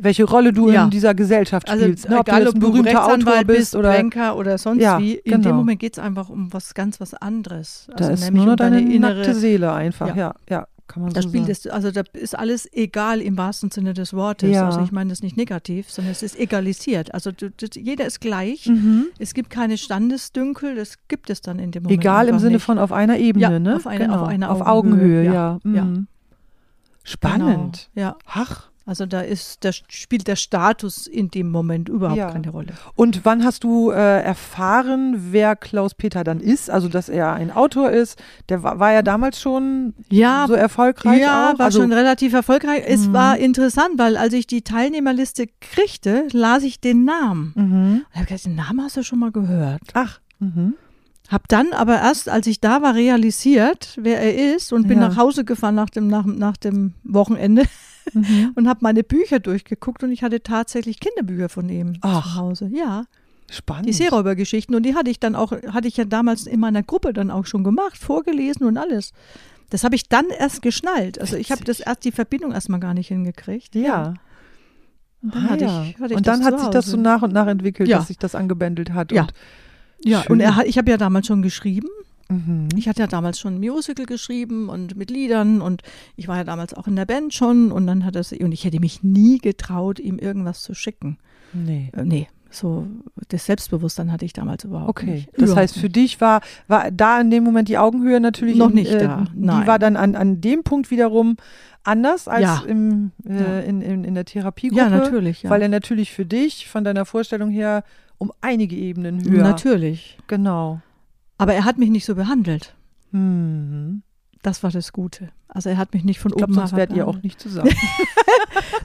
Welche Rolle du Ja. in dieser Gesellschaft also spielst. Ne? Ob egal, du jetzt ein berühmter Autor Rechtsanwalt bist oder Banker oder sonst Ja, wie, in genau. dem Moment geht es einfach um was ganz was anderes. da Also ist nämlich nur noch um deine, nackte Seele einfach. Ja, Ja. ja, kann man Da so spielt sagen. es, also da ist alles egal im wahrsten Sinne des Wortes. Ja. Also ich meine das nicht negativ, sondern es ist egalisiert. Also du, du, jeder ist gleich. Mhm. Es gibt keine Standesdünkel, das gibt es dann in dem Moment. Egal im einfach Sinne nicht. von auf einer Ebene, Ja, ne? auf eine- genau. auf eine Augenhöhe, Augenhöhe, ja. ja. Mhm. Spannend. Genau. Ja, Ach. also da ist, da spielt der Status in dem Moment überhaupt Ja. keine Rolle. Und wann hast du äh, erfahren, wer Klaus Peter dann ist? Also, dass er ein Autor ist. Der war, war ja damals schon Ja, so erfolgreich. ja, auch. war also, Mhm. schon relativ erfolgreich. Es war interessant, weil als ich die Teilnehmerliste kriegte, las ich den Namen. Mhm. Ich habe gedacht, den Namen hast du schon mal gehört. Ach. Mhm. Hab dann aber erst, als ich da war, realisiert, wer er ist und bin Ja. nach Hause gefahren nach dem, nach, nach dem Wochenende Mhm. und habe meine Bücher durchgeguckt und ich hatte tatsächlich Kinderbücher von ihm Ach. Hm. zu Hause. Ja, Spannend. die Seeräubergeschichten und die hatte ich dann auch, hatte ich ja damals in meiner Gruppe dann auch schon gemacht, vorgelesen und alles. Das habe ich dann erst geschnallt. Also ich habe das Witzig. erst die Verbindung erstmal gar nicht hingekriegt. Ja. Und Ah, dann, hatte ja. ich, hatte ich und dann das hat zu sich das Hause. so nach und nach entwickelt, Ja. dass sich das angebändelt hat. Ja. Ja, Schön. und er, hat- ich habe ja damals schon geschrieben. Mhm. Ich hatte ja damals schon ein Musical geschrieben und mit Liedern und ich war ja damals auch in der Band schon und dann hat das und ich hätte mich nie getraut, ihm irgendwas zu schicken. Nee. Äh, nee, so das Selbstbewusstsein hatte ich damals überhaupt Okay, nicht. das Überhaupt heißt, für dich war, war da in dem Moment die Augenhöhe natürlich Noch in, äh, nicht da, Die nein. war dann an, an dem Punkt wiederum anders als Ja. im, äh, Ja. In, in, in der Therapiegruppe. ja, natürlich, ja. Weil er natürlich für dich von deiner Vorstellung her um einige Ebenen höher. Natürlich. Genau. Aber er hat mich nicht so behandelt. Hm. Das war das Gute. Also er hat mich nicht von Ich glaube, oben sonst herab wärt ihr auch behandelt. nicht zusammen.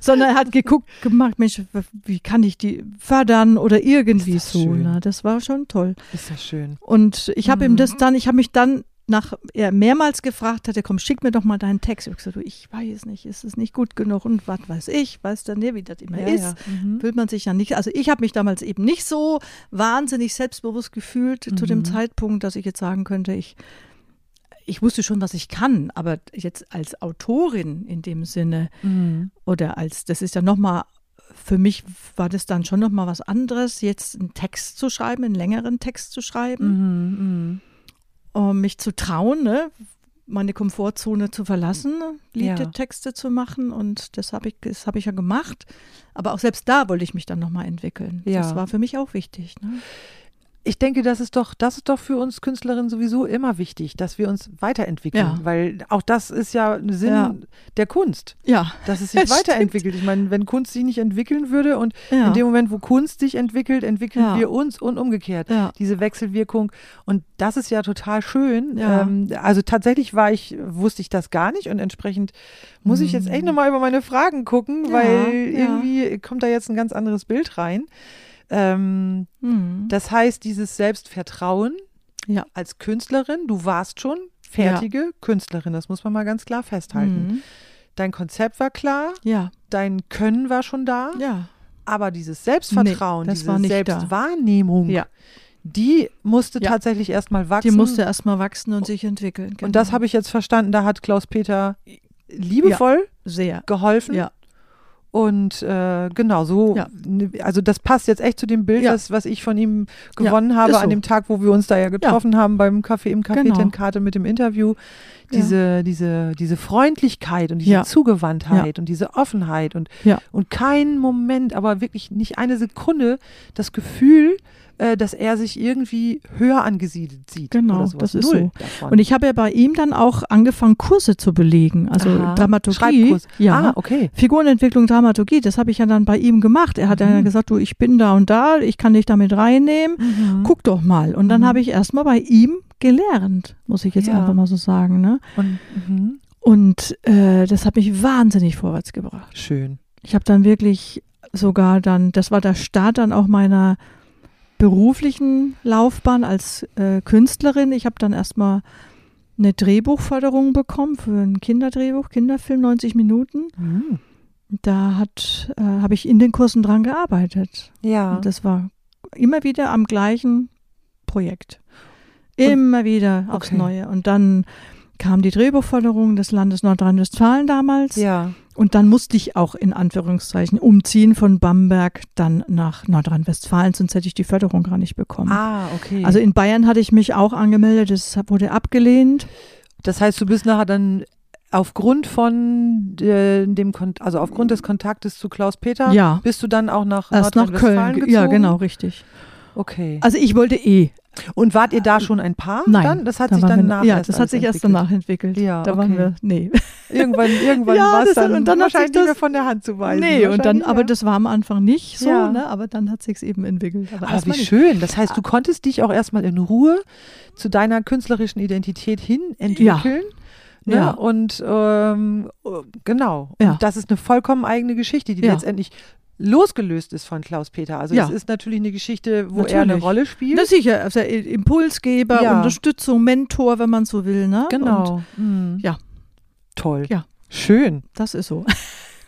sondern er hat geguckt, gemacht, Mensch, wie kann ich die fördern oder irgendwie Ist das so. schön. Na, das war schon toll. Ist ja schön. Und ich habe Mhm. ihm das dann, ich habe mich dann nach er mehrmals gefragt hatte, komm, schick mir doch mal deinen Text. Ich hab gesagt, du, ich weiß nicht, ist es nicht gut genug und was weiß ich, weiß dann nie, wie das immer Ja, ist. ja. Mhm. Will man sich ja nicht, also ich habe mich damals eben nicht so wahnsinnig selbstbewusst gefühlt zu Mhm. dem Zeitpunkt, dass ich jetzt sagen könnte, ich, ich wusste schon, was ich kann, aber jetzt als Autorin in dem Sinne Mhm. oder als, das ist ja nochmal, für mich war das dann schon nochmal was anderes, jetzt einen Text zu schreiben, einen längeren Text zu schreiben Mhm. um mich zu trauen, ne? meine Komfortzone zu verlassen, Ja. Liedtexte zu machen und das habe ich, das habe ich ja gemacht. Aber auch selbst da wollte ich mich dann nochmal entwickeln. Ja. Das war für mich auch wichtig. Ne? ich denke, das ist doch, das ist doch für uns Künstlerinnen sowieso immer wichtig, dass wir uns weiterentwickeln, Ja. weil auch das ist ja ein Sinn Ja. der Kunst, Ja, dass es sich Stimmt. weiterentwickelt. Ich meine, wenn Kunst sich nicht entwickeln würde und Ja. in dem Moment, wo Kunst sich entwickelt, entwickeln Ja. wir uns und umgekehrt. Ja. Diese Wechselwirkung und das ist ja total schön. Ja. Ähm, also tatsächlich war ich, wusste ich das gar nicht und entsprechend muss ich jetzt echt nochmal über meine Fragen gucken, Hm. Ja, weil ja. irgendwie kommt da jetzt ein ganz anderes Bild rein. Ähm, Hm. das heißt, dieses Selbstvertrauen Ja. als Künstlerin, du warst schon fertige Künstlerin, das muss man mal ganz klar festhalten. Hm. Dein Konzept war klar, ja, dein Können war schon da, ja, aber dieses Selbstvertrauen, Nee, das diese war nicht da. Selbstwahrnehmung, ja. die musste Ja. tatsächlich erstmal wachsen. Die musste erstmal wachsen und sich entwickeln. genau. Und das habe ich jetzt verstanden, da hat Klaus-Peter liebevoll sehr. geholfen. Ja, Und äh, genau so, Ja. also das passt jetzt echt zu dem Bild, Ja. was, was ich von ihm Ja, gewonnen habe ist an so. dem Tag, wo wir uns da ja getroffen haben beim Café im Café Genau. Tenkate mit dem Interview. Ja. Diese, diese, diese Freundlichkeit und diese Ja. Zugewandtheit und diese Offenheit und, Ja. und keinen Moment, aber wirklich nicht eine Sekunde das Gefühl, äh, dass er sich irgendwie höher angesiedelt sieht. Genau, oder sowas. das ist Null so. Davon. und ich habe ja bei ihm dann auch angefangen, Kurse zu belegen, also Aha. Dramaturgie. Schreibkurs. Ja, Ah, okay. Figurenentwicklung, Dramaturgie, das habe ich ja dann bei ihm gemacht. Er hat ja Mhm. gesagt, du, ich bin da und da, ich kann dich damit reinnehmen, guck doch mal. Und dann Mhm. habe ich erstmal bei ihm gelernt, muss ich jetzt Ja. einfach mal so sagen. Ne? Und, mhm. Und äh, das hat mich wahnsinnig vorwärts gebracht. Schön. Ich habe dann wirklich sogar dann, das war der Start dann auch meiner beruflichen Laufbahn als äh, Künstlerin. Ich habe dann erstmal eine Drehbuchförderung bekommen für ein Kinderdrehbuch, Kinderfilm, 90 Minuten. Mhm. Da hat, äh, habe ich in den Kursen dran gearbeitet. Ja. Und das war immer wieder am gleichen Projekt. Immer wieder aufs Okay. Neue. Und dann kam die Drehbuchforderung des Landes Nordrhein-Westfalen damals. Ja. Und dann musste ich auch in Anführungszeichen umziehen von Bamberg dann nach Nordrhein-Westfalen, sonst hätte ich die Förderung gar nicht bekommen. Ah, okay. Also Also, in Bayern hatte ich mich auch angemeldet, das wurde abgelehnt. das heißt, du bist nachher dann aufgrund von äh, dem, Kon also aufgrund des Kontaktes zu Klaus Peter, Ja. bist du dann auch nach Erst nach Köln. Nordrhein-Westfalen ge- gezogen? Ja, genau, richtig. Okay. Also ich wollte eh. Und wart ihr da schon ein Paar? äh, Nein. Dann? Das hat da sich waren dann wir- nach Ja, erst das hat alles sich erst entwickelt. danach entwickelt. Ja, da waren okay. wir, nee. Irgendwann, irgendwann Ja, war es das hat- dann, und dann hat sich wahrscheinlich nicht das- mehr von der Hand zu weisen. nee, und dann, Wahrscheinlich, aber ja. das war am Anfang nicht so, Ja. ne? aber dann hat sich's eben entwickelt. Aber Aber erstmal wie nicht. schön. Das Ah. heißt, du konntest dich auch erstmal in Ruhe zu deiner künstlerischen Identität hin entwickeln. Ne? Ja. Und ähm, genau. Ja. Und das ist eine vollkommen eigene Geschichte, die Ja. letztendlich losgelöst ist von Klaus Peter. Also Ja. es ist natürlich eine Geschichte, wo er eine Natürlich. Rolle spielt. Na sicher, also Impulsgeber, Ja. Unterstützung, Mentor, wenn man so will, ne? Und genau. Mhm. Ja. Toll. Ja. Schön. das ist so.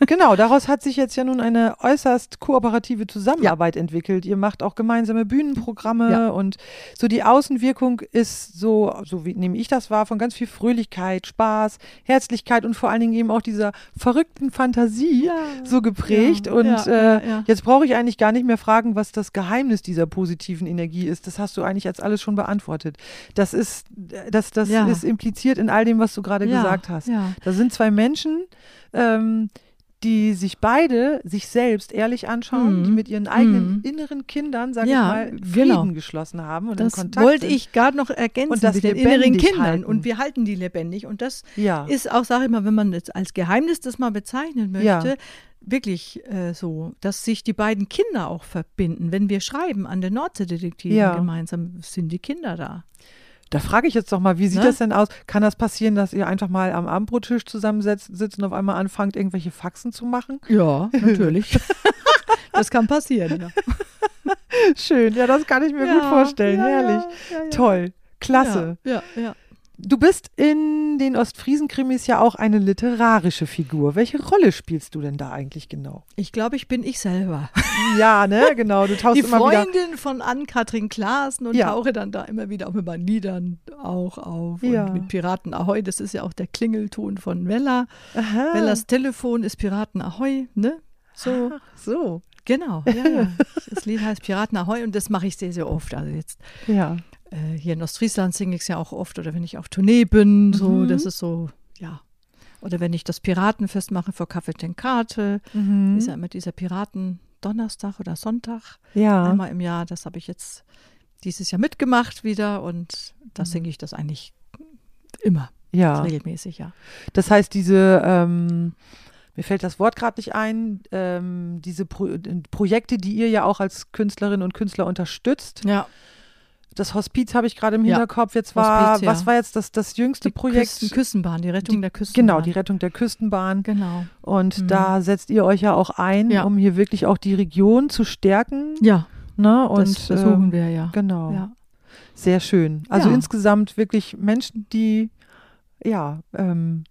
Genau, daraus hat sich jetzt ja nun eine äußerst kooperative Zusammenarbeit entwickelt. Ihr macht auch gemeinsame Bühnenprogramme Ja. und so die Außenwirkung ist so, so wie nehme ich das wahr, von ganz viel Fröhlichkeit, Spaß, Herzlichkeit und vor allen Dingen eben auch dieser verrückten Fantasie so geprägt. Ja, und ja, äh, ja, ja. jetzt brauche ich eigentlich gar nicht mehr fragen, was das Geheimnis dieser positiven Energie ist. Das hast du eigentlich als alles schon beantwortet. Das ist, äh, das, das Ja. ist impliziert in all dem, was du gerade Ja, gesagt hast. ja. Da sind zwei Menschen, ähm, die sich beide sich selbst ehrlich anschauen, Mhm. die mit ihren eigenen Mhm. inneren Kindern, sage Ja, ich mal, Frieden genau. geschlossen haben und in Das Kontakt wollte sind. ich gerade noch ergänzen Und das mit den lebendig inneren Kindern. halten. Und wir halten die lebendig. Und das Ja. ist auch, sage ich mal, wenn man jetzt als Geheimnis das mal bezeichnen möchte, Ja. wirklich äh, so, dass sich die beiden Kinder auch verbinden. Wenn wir schreiben an den Nordseedetektiven Ja. gemeinsam, sind die Kinder da. Da frage ich jetzt doch mal, wie sieht Ne? das denn aus? Kann das passieren, dass ihr einfach mal am Abendbrottisch zusammensitzt sitzt und auf einmal anfangt, irgendwelche Faxen zu machen? Ja, natürlich. das kann passieren, ja. Schön, ja, das kann ich ne? mir Ja, gut vorstellen, ja, ja, herrlich. ja, ja. Toll, klasse. Ja, ja, ja. Du bist in den Ostfriesen-Krimis ja auch eine literarische Figur. Welche Rolle spielst du denn da eigentlich genau? Ich glaube, ich bin ich selber. Ja, ne, genau. Du tauchst Die immer wieder Freundin von Ann-Kathrin Klaassen und Ja. tauche dann da immer wieder auch mit meinen Liedern auch auf. Ja. Und mit Piraten Ahoi, das ist ja auch der Klingelton von Wella. Aha. Wellas Telefon ist Piraten Ahoi, ne? So, so. genau. Ja, ja. Das Lied heißt Piraten Ahoi und das mache ich sehr, sehr oft. Also jetzt Ja. äh, hier in Ostfriesland singe ich es ja auch oft oder wenn ich auf Tournee bin, so, Mhm. das ist so, ja. Oder wenn ich das Piratenfest mache vor Kaffee Tenkate, Mhm. ist ja immer dieser Piraten Donnerstag oder Sonntag Ja. einmal im Jahr. Das habe ich jetzt dieses Jahr mitgemacht wieder und da singe ich das eigentlich immer Mhm. Ja. regelmäßig, ja. Das heißt, diese, ähm, mir fällt das Wort gerade nicht ein, ähm, diese Pro äh, Projekte, die ihr ja auch als Künstlerinnen und Künstler unterstützt. Ja, Das Hospiz habe ich gerade im Ja. Hinterkopf. Jetzt war, Hospiz, ja. was war jetzt das, das jüngste die Projekt? Küsten, Küstenbahn, die Rettung der Küstenbahn. Genau, die Rettung der Küstenbahn. genau. Und da setzt ihr euch ja auch ein, Ja. um hier wirklich auch die Region zu stärken. Ja, Ne? Und das versuchen ähm, wir ja. genau. ja. Sehr schön. Also Ja. insgesamt wirklich Menschen, die ja, ähm,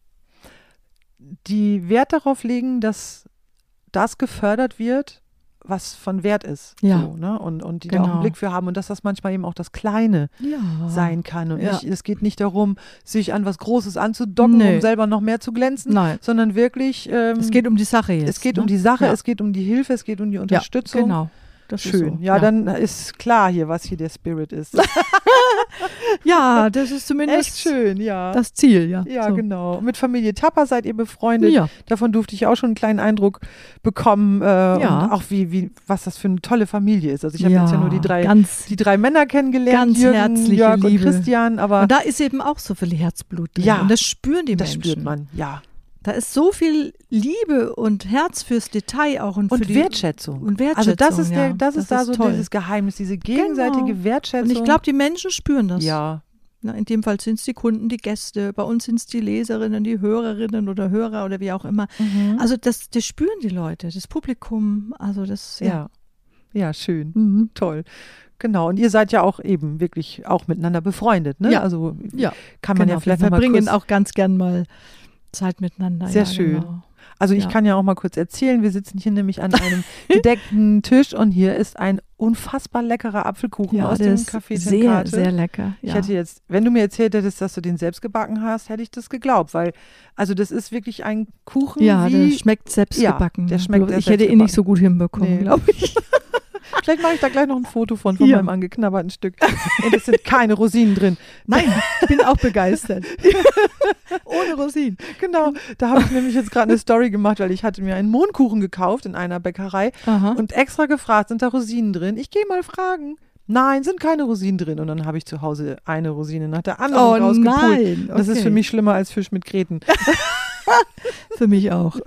die Wert darauf legen, dass das gefördert wird, was von Wert ist. Ja. So, ne? und, und die da auch einen Genau. Blick für haben und dass das manchmal eben auch das Kleine ja. sein kann. Und Ja. nicht, es geht nicht darum, sich an was Großes anzudocken, um Nee. selber noch mehr zu glänzen, Nein. sondern wirklich, ähm, Es geht um die Sache jetzt. es geht ne? um die Sache, Ja. es geht um die Hilfe, es geht um die Unterstützung. Ja, genau. Das Ist Schön. so. Ja, dann ist klar hier, was hier der Spirit ist. Ja, das ist zumindest Echt schön, ja. das Ziel, ja. Ja, so. genau. Mit Familie Tapper seid ihr befreundet. Ja. Davon durfte ich auch schon einen kleinen Eindruck bekommen. Äh, Ja. Und auch wie, wie, was das für eine tolle Familie ist. Also ich habe ja, jetzt ja nur die drei, Ganz, die drei Männer kennengelernt. Ganz Jürgen, herzliche Jörg Liebe. und Christian, aber und da ist eben auch so viel Herzblut drin. Ja. Und das spüren die das Menschen. spürt man, ja. Da ist so viel Liebe und Herz fürs Detail auch und, für Und die Wertschätzung. und Wertschätzung. Also das ist, der, ja. das ist da so toll. dieses Geheimnis, diese gegenseitige Genau. Wertschätzung. Und ich glaube, die Menschen spüren das. ja, Na, in dem Fall sind es die Kunden, die Gäste, bei uns sind es die Leserinnen, die Hörerinnen oder Hörer oder wie auch immer. Mhm. Also das, das spüren die Leute, das Publikum. Also das, ja. ja. Ja, schön. Mhm. Toll. Genau. Und ihr seid ja auch eben wirklich auch miteinander befreundet, ne? Ja. Also Ja, kann man genau. ja vielleicht wir noch mal verbringen kurz auch ganz gern mal Zeit miteinander. Sehr ja, schön. Genau. Also ich Ja. kann ja auch mal kurz erzählen, wir sitzen hier nämlich an einem gedeckten Tisch und hier ist ein unfassbar leckerer Apfelkuchen aus der dem ist Café sehr, Tenkate. sehr lecker. Ich Ja. hätte jetzt, wenn du mir erzählt hättest, dass du den selbst gebacken hast, hätte ich das geglaubt, weil also das ist wirklich ein Kuchen ja, der wie schmeckt selbst Ja, gebacken. der schmeckt ich sehr hätte ihn nicht so gut hinbekommen, Nee. glaube ich. Vielleicht mache ich da gleich noch ein Foto von, von Ja. meinem angeknabberten Stück. Und es sind keine Rosinen drin. Nein, ich bin auch begeistert. Ohne Rosinen. Genau, da habe ich nämlich jetzt gerade eine Story gemacht, weil ich hatte mir einen Mohnkuchen gekauft in einer Bäckerei Aha. und extra gefragt, sind da Rosinen drin? Ich gehe mal fragen. Nein, sind keine Rosinen drin. Und dann habe ich zu Hause eine Rosine nach der anderen oh rausgepult. nein. Das ist okay. für mich schlimmer als Fisch mit Kreten. Für mich auch.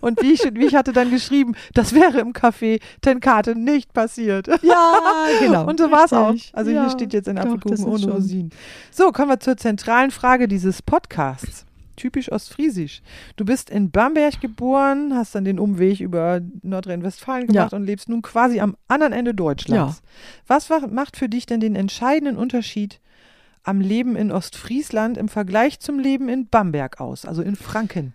Und wie ich, wie ich hatte dann geschrieben, das wäre im Café Tenkate nicht passiert. Ja, genau. Und so war es auch. Richtig. Also Ja. hier steht jetzt ein Doch, das Apfelkuchen ist ohne schon- Rosinen. So, kommen wir zur zentralen Frage dieses Podcasts. Typisch Ostfriesisch. Du bist in Bamberg geboren, hast dann den Umweg über Nordrhein-Westfalen gemacht und lebst nun quasi am anderen Ende Deutschlands. Was wa- macht für dich denn den entscheidenden Unterschied am Leben in Ostfriesland im Vergleich zum Leben in Bamberg aus, also in Franken?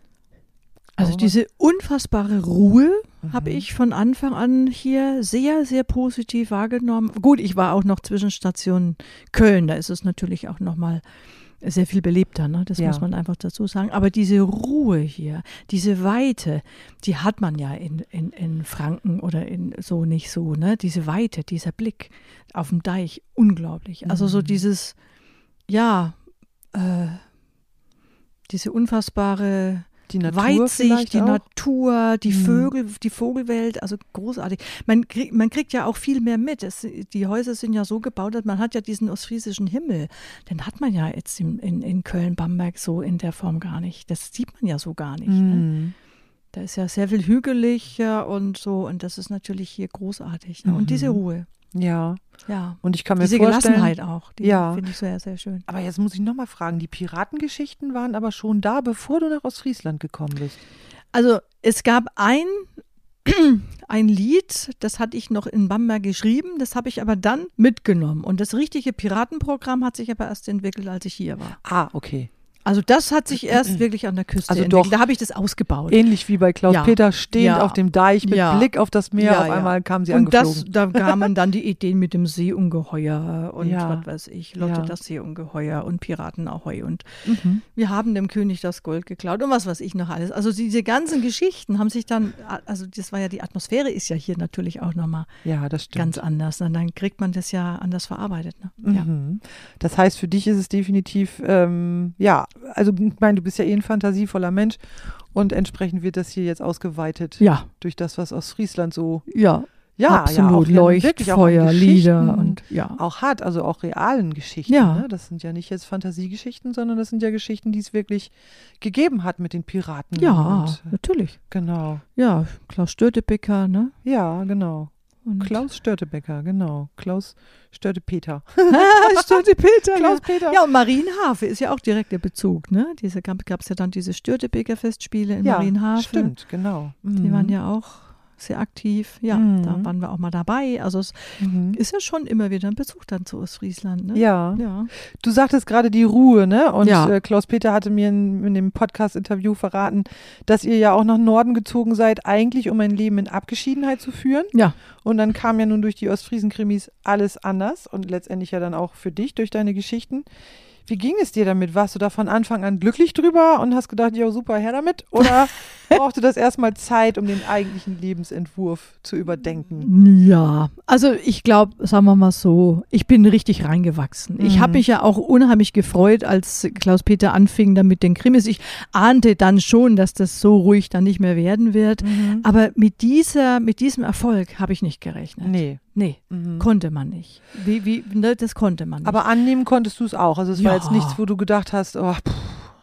Also Aber- diese unfassbare Ruhe habe Mhm. ich von Anfang an hier sehr, sehr positiv wahrgenommen. Gut, ich war auch noch Zwischenstation Köln, da ist es natürlich auch nochmal sehr viel belebter, ne? das Ja. muss man einfach dazu sagen. Aber diese Ruhe hier, diese Weite, die hat man ja in, in, in Franken oder in so nicht so, ne? diese Weite, dieser Blick auf den Deich, unglaublich. Also Mhm. so dieses, ja, äh, diese unfassbare Die Natur Weitsicht, vielleicht die auch? Natur, die Mhm. Vögel, die Vogelwelt, also großartig. Man, krieg, man kriegt ja auch viel mehr mit. Es, die Häuser sind ja so gebaut, dass man hat ja diesen ostfriesischen Himmel. Den hat man ja jetzt in, in, in Köln, Bamberg so in der Form gar nicht. Das sieht man ja so gar nicht. Ne? Mhm. Da ist ja sehr viel hügelig ja, und so und das ist natürlich hier großartig. Ne? Mhm. Und diese Ruhe, Ja, ja. und ich kann mir Diese vorstellen, Gelassenheit auch, die Ja. finde ich sehr, sehr schön. Aber jetzt muss ich nochmal fragen, die Piratengeschichten waren aber schon da, bevor du nach Ostfriesland gekommen bist. Also es gab ein, ein Lied, das hatte ich noch in Bamberg geschrieben, das habe ich aber dann mitgenommen. Und das richtige Piratenprogramm hat sich aber erst entwickelt, als ich hier war. Ah, okay. Also das hat sich erst wirklich an der Küste Also entwickelt. doch. Da habe ich das ausgebaut. Ähnlich wie bei Klaus Ja. Peter stehend Ja. auf dem Deich mit Ja. Blick auf das Meer, Ja, auf ja. einmal kamen sie und das, angeflogen. da kamen dann die Ideen mit dem Seeungeheuer und Ja. was weiß ich, Lotte Ja. das Seeungeheuer und Piratenahoi und mhm. wir haben dem König das Gold geklaut und was weiß ich noch alles. Also diese ganzen Geschichten haben sich dann, also das war ja, die Atmosphäre ist ja hier natürlich auch nochmal Ja, das stimmt. ganz anders. Und dann kriegt man das ja anders verarbeitet. Ne? Ja. Mhm. Das heißt, für dich ist es definitiv, ähm, ja, also ich meine, du bist ja eh ein fantasievoller Mensch und entsprechend wird das hier jetzt ausgeweitet ja, durch das, was Ostfriesland so, ja, ja, absolut. ja, auch, wirklich auch an Leuchtfeuer, Lieder Geschichten und ja. auch hat, also auch realen Geschichten. Ja. Ne? Das sind ja nicht jetzt Fantasiegeschichten, sondern das sind ja Geschichten, die es wirklich gegeben hat mit den Piraten. Ja, Und, äh, natürlich. genau. Ja, Klaus Störtebeker, ne? Ja, genau. Und Klaus Störtebecker, genau. Klaus Störtepeter. Störtebeker. Klaus Peter. ja. ja, und Marienhafe ist ja auch direkter Bezug, ne? Diese gab es ja dann diese Störtebeker-Festspiele in Ja, Marienhafe. stimmt, genau. Die Mhm. waren ja auch sehr aktiv. Ja, Mhm. da waren wir auch mal dabei. Also es Mhm. ist ja schon immer wieder ein Bezug dann zu Ostfriesland, ne? Ja. Ja. Du sagtest gerade die Ruhe, ne? Und Ja. äh, Klaus-Peter hatte mir in, in dem Podcast-Interview verraten, dass ihr ja auch nach Norden gezogen seid, eigentlich um ein Leben in Abgeschiedenheit zu führen. Ja. Und dann kam ja nun durch die Ostfriesen-Krimis alles anders und letztendlich ja dann auch für dich durch deine Geschichten. Wie ging es dir damit? Warst du da von Anfang an glücklich drüber und hast gedacht, ja super, her damit? Oder brauchte das erstmal Zeit, um den eigentlichen Lebensentwurf zu überdenken? Ja, also ich glaube, sagen wir mal so, ich bin richtig reingewachsen. Ich habe mich ja auch unheimlich gefreut, als Klaus-Peter anfing dann mit den Krimis. Ich ahnte dann schon, dass das so ruhig dann nicht mehr werden wird. Mhm. Ah, Aber mit, dieser, mit diesem Erfolg habe ich nicht gerechnet. Nee. Nee, Mhm. konnte man nicht. Wie, wie, ne, das konnte man nicht. Aber annehmen konntest du es auch. Also es war Ja. jetzt nichts, wo du gedacht hast, oh, pff,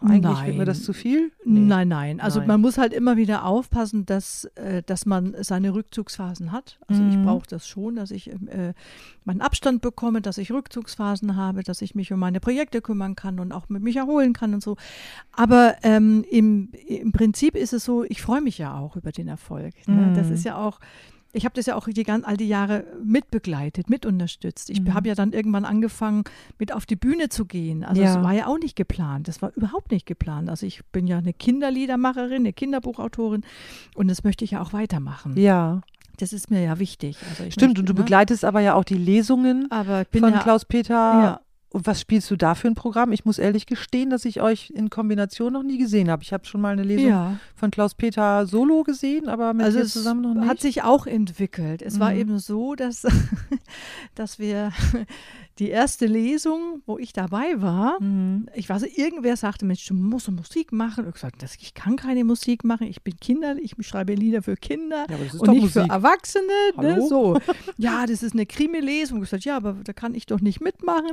eigentlich wird mir Nein. das zu viel. Nein, nein. Also Nein. man muss halt immer wieder aufpassen, dass, äh, dass man seine Rückzugsphasen hat. Also ich Mhm. brauche das schon, dass ich ähm, äh, meinen Abstand bekomme, dass ich Rückzugsphasen habe, dass ich mich um meine Projekte kümmern kann und auch mit mich erholen kann und so. Aber ähm, im, im Prinzip ist es so, ich freue mich ja auch über den Erfolg. Ne? Das Mhm. ist ja auch. ich habe das ja auch die ganz, all die Jahre mitbegleitet, mitunterstützt. Ich Mhm. habe ja dann irgendwann angefangen, mit auf die Bühne zu gehen. Also Ja. das war ja auch nicht geplant. Das war überhaupt nicht geplant. Also ich bin ja eine Kinderliedermacherin, eine Kinderbuchautorin und das möchte ich ja auch weitermachen. Ja, Das ist mir ja wichtig. Also ich stimmt. möchte Und du immer- begleitest aber ja auch die Lesungen aber ich bin von ja, Klaus-Peter. Ja. Und was spielst du da für ein Programm? Ich muss ehrlich gestehen, dass ich euch in Kombination noch nie gesehen habe. Ich habe schon mal eine Lesung ja. Also von Klaus-Peter solo gesehen, aber mit dir zusammen noch nicht. hat sich auch entwickelt. Es war Mhm. eben so, dass, dass wir die erste Lesung, wo ich dabei war, mhm. ich weiß, nicht, irgendwer sagte, Mensch, du musst doch Musik machen. Und ich sagte, das, ich kann keine Musik machen. Ich bin Kinder, ich schreibe Lieder für Kinder Ja, aber das ist und doch nicht Musik. für Erwachsene. Ne? Hallo? So, ja, das ist eine Krimi-Lesung. Ich sagte, ja, aber da kann ich doch nicht mitmachen.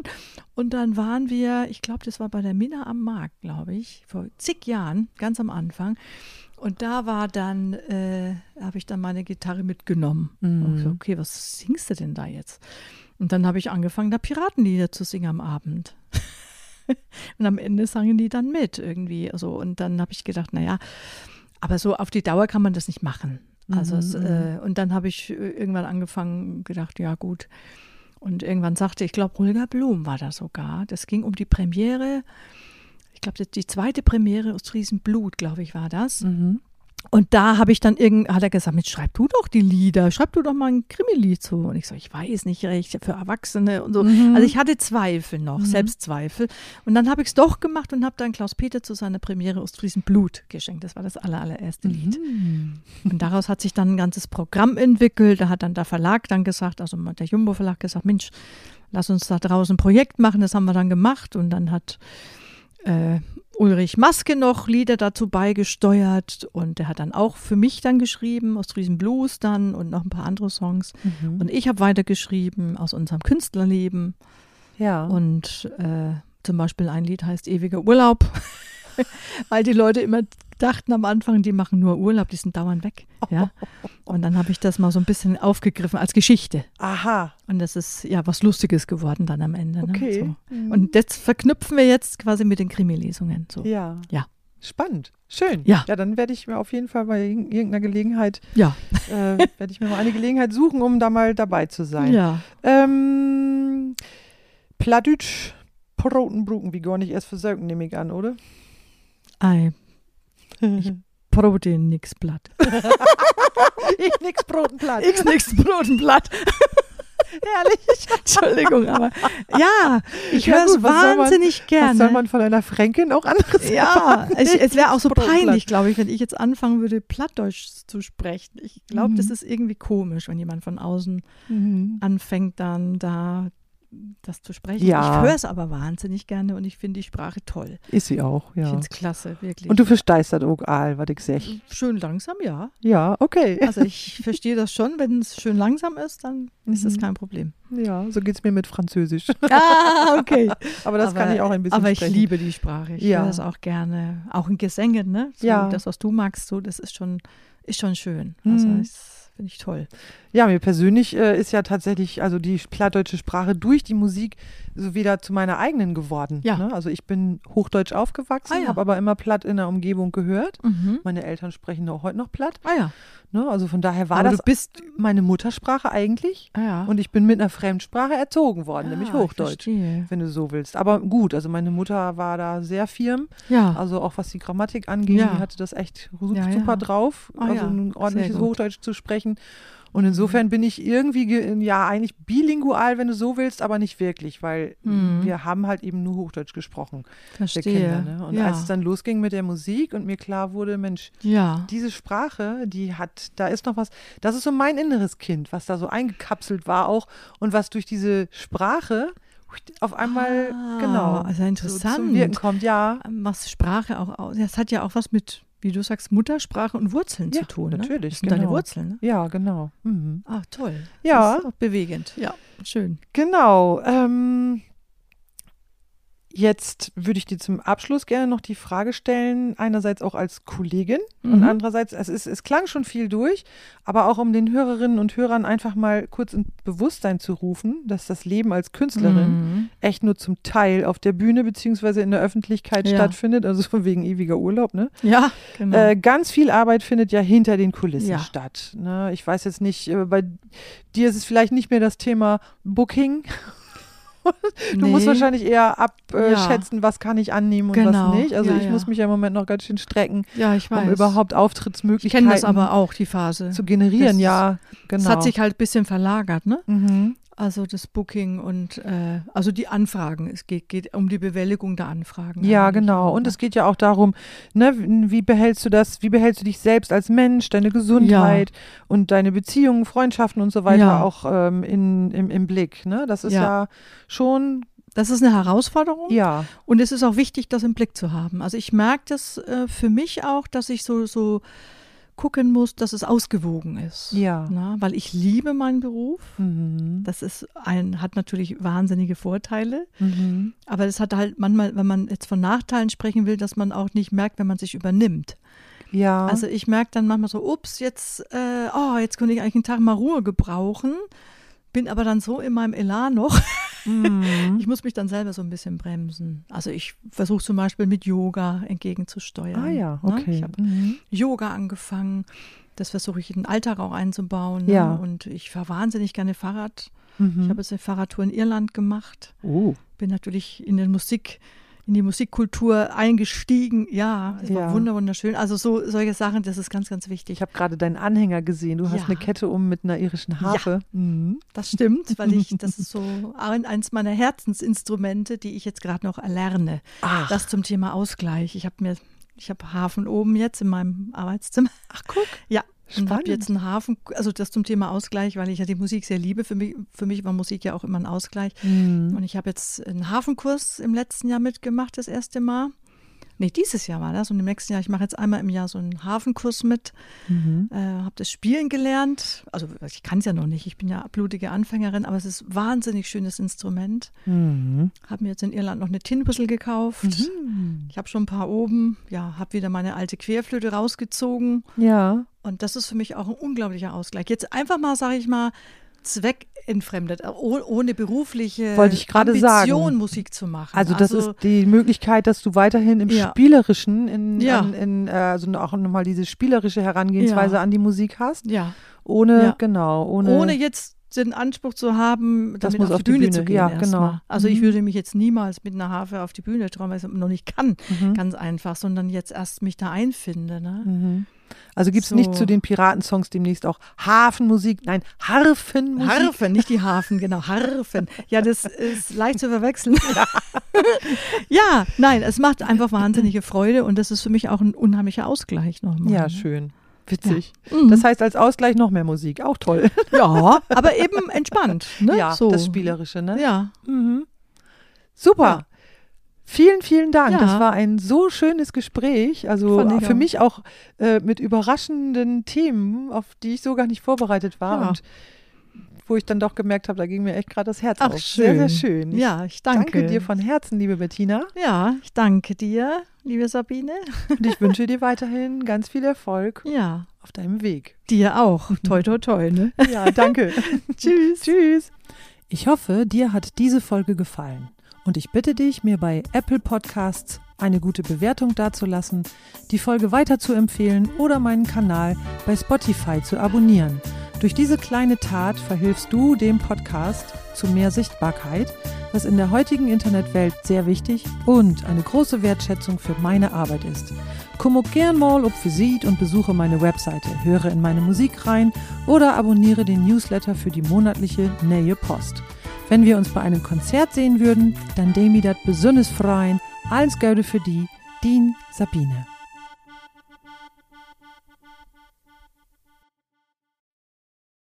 Und dann waren wir, ich glaube, das war bei der Minna am Markt, glaube ich, vor zig Jahren, ganz am Anfang. Und da war dann, äh, habe ich dann meine Gitarre mitgenommen. Mhm. Und ich so, okay, was singst du denn da jetzt? Und dann habe ich angefangen, da Piratenlieder zu singen am Abend. und am Ende sangen die dann mit irgendwie. Also, und dann habe ich gedacht, naja, aber so auf die Dauer kann man das nicht machen. Also es, äh, und dann habe ich äh, irgendwann angefangen, gedacht, ja gut. Und irgendwann sagte, ich glaube, Holger Blum war da sogar. Das ging um die Premiere. Ich glaube, das- die zweite Premiere aus Riesenblut, glaube ich, war das. Mhm. Und da habe ich dann irgend, hat er gesagt, Mensch, schreib du doch die Lieder, schreib du doch mal ein Krimi-Lied zu. Und ich so, ich weiß nicht recht, für Erwachsene und so. Also ich hatte Zweifel noch, Selbstzweifel. Und dann habe ich es doch gemacht und habe dann Klaus Peter zu seiner Premiere Ostfriesen Blut geschenkt. Das war das aller, allererste Lied. Und daraus hat sich dann ein ganzes Programm entwickelt. Da hat dann der Verlag dann gesagt, also der Jumbo Verlag gesagt, Mensch, lass uns da draußen ein Projekt machen. Das haben wir dann gemacht. Und dann hat äh, Ulrich Maske noch Lieder dazu beigesteuert. Und der hat dann auch für mich dann geschrieben, aus Riesen Blues dann und noch ein paar andere Songs. Mhm. Und ich habe weitergeschrieben aus unserem Künstlerleben. Ja. Und äh, zum Beispiel ein Lied heißt Ewiger Urlaub, weil die Leute immer dachten am Anfang, die machen nur Urlaub, die sind dauernd weg. Ja? Und dann habe ich das mal so ein bisschen aufgegriffen als Geschichte. Aha. Und das ist ja was Lustiges geworden dann am Ende. Ne? Okay. Mhm. So. Und das verknüpfen wir jetzt quasi mit den Krimi-Lesungen. So. Ja. Ja. Spannend. Schön. Ja. Ja, dann werde ich mir auf jeden Fall bei irg- irgendeiner Gelegenheit, Ja. äh, werde ich mir mal eine Gelegenheit suchen, um da mal dabei zu sein. ja. Ähm, Pladütsch, Protenbrucken, wie gar nicht erst versorgen, nehme ich an, oder? Ei, Brote, nix Blatt. ich nix Brotenplatt. X, nix Brotenblatt. Ehrlich. Entschuldigung, aber ja, ich Ja, höre es gut, was soll man- wahnsinnig gerne. Was soll man von einer Fränkin auch anderes Ja, erwarten? es, es wäre auch so Brotblatt. peinlich, glaube ich, wenn ich jetzt anfangen würde, Plattdeutsch zu sprechen. Ich glaube, das Mhm. ist irgendwie komisch, wenn jemand von außen Mhm. anfängt, dann da das zu sprechen. Ja. Ich höre es aber wahnsinnig gerne und ich finde die Sprache toll. Ist sie auch, Ich ja. finde es klasse, wirklich. Und du versteist das auch, all, was ich sag. schön langsam, ja. Ja, okay. Also ich verstehe das schon, wenn es schön langsam ist, dann ist das Mhm. kein Problem. Ja, so geht's mir mit Französisch. Ah, okay. Aber das kann Aber- ich auch ein bisschen Aber ich sprechen. liebe die Sprache. Ich Ja. höre es auch gerne. Auch in Gesängen, ne? So, Ja. Das, was du magst, so, das ist schon, ist schon schön. Also Mhm. das finde ich toll. Ja, mir persönlich äh, ist ja tatsächlich also die plattdeutsche Sprache durch die Musik so wieder zu meiner eigenen geworden. Ja. Ne? Also ich bin hochdeutsch aufgewachsen, Ah, ja. habe aber immer platt in der Umgebung gehört. Mhm. Meine Eltern sprechen auch heute noch platt. Ah ja. Ne? Also von daher war Aber das du bist meine Muttersprache eigentlich. ah, ja. Und ich bin mit einer Fremdsprache erzogen worden, Ah, nämlich ich Hochdeutsch, verstehe. wenn du so willst. Aber gut, also meine Mutter war da sehr firm. Ja. Also auch was die Grammatik angeht, Ah. Ja. die hatte das echt su- Ja, ja. super drauf, Ah, also ja. ein Sehr ordentliches gut. Mhm. Hochdeutsch zu sprechen. Und insofern bin ich irgendwie, ge- ja, eigentlich bilingual, wenn du so willst, aber nicht wirklich, weil Mhm. wir haben halt eben nur Hochdeutsch gesprochen, Verstehe. wir Kinder. Ne? Und ja. als es dann losging mit der Musik und mir klar wurde, Mensch, ja. diese Sprache, die hat, da ist noch was, das ist so mein inneres Kind, was da so eingekapselt war auch und was durch diese Sprache auf einmal, Ah, genau, So also zum Wirken interessant. Ne? kommt, ja. Machst Sprache auch aus. Das hat ja auch was mit, wie du sagst, Muttersprache und Wurzeln Ja, zu tun. Ne? natürlich, Das sind deine genau. Wurzeln. Ne? Ja, genau. Mhm. Ach, toll. Ja. Das ist auch bewegend. Ja, schön. Genau. Ähm, Jetzt würde ich dir zum Abschluss gerne noch die Frage stellen, einerseits auch als Kollegin mhm. und andererseits, es, ist, es klang schon viel durch, aber auch um den Hörerinnen und Hörern einfach mal kurz ins Bewusstsein zu rufen, dass das Leben als Künstlerin mhm. echt nur zum Teil auf der Bühne beziehungsweise in der Öffentlichkeit ja. stattfindet, also wegen ewiger Urlaub, ne? Ja, genau. Äh, ganz viel Arbeit findet ja hinter den Kulissen ja. statt. Ne? Ich weiß jetzt nicht, bei dir ist es vielleicht nicht mehr das Thema Booking. du nee. musst wahrscheinlich eher abschätzen, ja. was kann ich annehmen und genau. was nicht. Also ja, ich ja. muss mich ja im Moment noch ganz schön strecken, um überhaupt Auftrittsmöglichkeiten ich das aber auch, die Phase. zu generieren. Das, ja, genau. Das hat sich halt ein bisschen verlagert, ne? Mhm. Also das Booking und äh, also die Anfragen. Es geht, geht um die Bewältigung der Anfragen. Ja, genau. Und es geht ja auch darum, ne, wie behältst du das, wie behältst du dich selbst als Mensch, deine Gesundheit ja. und deine Beziehungen, Freundschaften und so weiter ja. auch ähm, in, im, im Blick. Ne? Das ist ja, ja schon das ist eine Herausforderung. Ja. Und es ist auch wichtig, das im Blick zu haben. Also ich merke das äh, für mich auch, dass ich so, so gucken muss, dass es ausgewogen ist. Ja. Na, weil ich liebe meinen Beruf. Mhm. Das ist ein, hat natürlich wahnsinnige Vorteile. Mhm. Aber es hat halt manchmal, wenn man jetzt von Nachteilen sprechen will, dass man auch nicht merkt, wenn man sich übernimmt. Ja. Also ich merke dann manchmal so, ups, jetzt, äh, oh, jetzt könnte ich eigentlich einen Tag mal Ruhe gebrauchen, bin aber dann so in meinem Elan noch. Mhm. Ich muss mich dann selber so ein bisschen bremsen. Also ich versuche zum Beispiel mit Yoga entgegenzusteuern. Ah ja, okay. Ne? Ich habe mhm. Yoga angefangen. Das versuche ich in den Alltag auch einzubauen. Ne? Ja. Und ich fahre wahnsinnig gerne Fahrrad. Mhm. Ich habe jetzt eine Fahrradtour in Irland gemacht. Oh. Bin natürlich in den Musik in die Musikkultur eingestiegen. Ja, das ja. war wunder wunderschön. Also so solche Sachen, das ist ganz, ganz wichtig. Ich habe gerade deinen Anhänger gesehen. Du ja. hast eine Kette um mit einer irischen Harfe. Ja, mhm. Das stimmt, weil ich, das ist so ein, eins meiner Herzensinstrumente, die ich jetzt gerade noch erlerne. Ach. Das zum Thema Ausgleich. Ich habe mir, ich habe Hafen oben jetzt in meinem Arbeitszimmer. Ach, guck. Ja, Spannend. Und habe jetzt einen Hafen, also das zum Thema Ausgleich, weil ich ja die Musik sehr liebe. Für mich, für mich war Musik ja auch immer ein Ausgleich. Mhm. Und ich habe jetzt einen Hafenkurs im letzten Jahr mitgemacht, das erste Mal. Nee, dieses Jahr war das und im nächsten Jahr. Ich mache jetzt einmal im Jahr so einen Hafenkurs mit. Mhm. Äh, habe das Spielen gelernt. Also ich kann es ja noch nicht. Ich bin ja blutige Anfängerin, aber es ist ein wahnsinnig schönes Instrument. Mhm. Habe mir jetzt in Irland noch eine Tinbüssel gekauft. Mhm. Ich habe schon ein paar oben. Ja, habe wieder meine alte Querflöte rausgezogen. Ja. Und das ist für mich auch ein unglaublicher Ausgleich. Jetzt einfach mal, sage ich mal, zweckentfremdet, oh, ohne berufliche Wollte ich gerade Ambition sagen. Musik zu machen. Also das also, ist die Möglichkeit, dass du weiterhin im ja. Spielerischen, in, ja. an, in, also auch nochmal diese spielerische Herangehensweise ja. an die Musik hast. Ja. Ohne, genau, ohne, ohne jetzt den Anspruch zu haben, das muss auf, auf die, die Bühne, Bühne, zu gehen. Ja, genau. Mal. Also mhm. ich würde mich jetzt niemals mit einer Harfe auf die Bühne trauen, weil ich es noch nicht kann, mhm. ganz einfach, sondern jetzt erst mich da einfinde. Ne? Mhm. Also gibt es so. nicht zu den Piratensongs demnächst auch Hafenmusik, nein, Harfenmusik. Harfen, nicht die Hafen, genau, Harfen. Ja, das ist leicht zu verwechseln. Ja. ja, nein, es macht einfach wahnsinnige Freude und das ist für mich auch ein unheimlicher Ausgleich nochmal. ne? Ja, schön. Witzig. Mhm. Ja. Mhm. Das heißt, als Ausgleich noch mehr Musik. Auch toll. Ja, aber eben entspannt. Ne? Ja, so. das Spielerische, ne? Ja. Mhm. Super. Ja. Vielen, vielen Dank. Ja. Das war ein so schönes Gespräch. Also für auch. mich auch äh, mit überraschenden Themen, auf die ich so gar nicht vorbereitet war. Und wo ich dann doch gemerkt habe, da ging mir echt gerade das Herz Ach, auf. Schön. Sehr, sehr schön. Ich ja, ich danke. danke dir von Herzen, liebe Bettina. Ja, ich danke dir, liebe Sabine. Und ich wünsche dir weiterhin ganz viel Erfolg ja. auf deinem Weg. Dir auch. Toi, toi, toi. Ne? Ja, danke. Tschüss. Tschüss. Ich hoffe, dir hat diese Folge gefallen. Und ich bitte dich, mir bei Apple Podcasts eine gute Bewertung dazulassen, die Folge weiter zu empfehlen oder meinen Kanal bei Spotify zu abonnieren. Durch diese kleine Tat verhilfst du dem Podcast zu mehr Sichtbarkeit, was in der heutigen Internetwelt sehr wichtig und eine große Wertschätzung für meine Arbeit ist. Komm auch gern mal auf Visit und besuche meine Webseite, höre in meine Musik rein oder abonniere den Newsletter für die monatliche Nähe Post. Wenn wir uns bei einem Konzert sehen würden, dann demi dat besonders freuen. Alles Gute für die, Dean Sabine.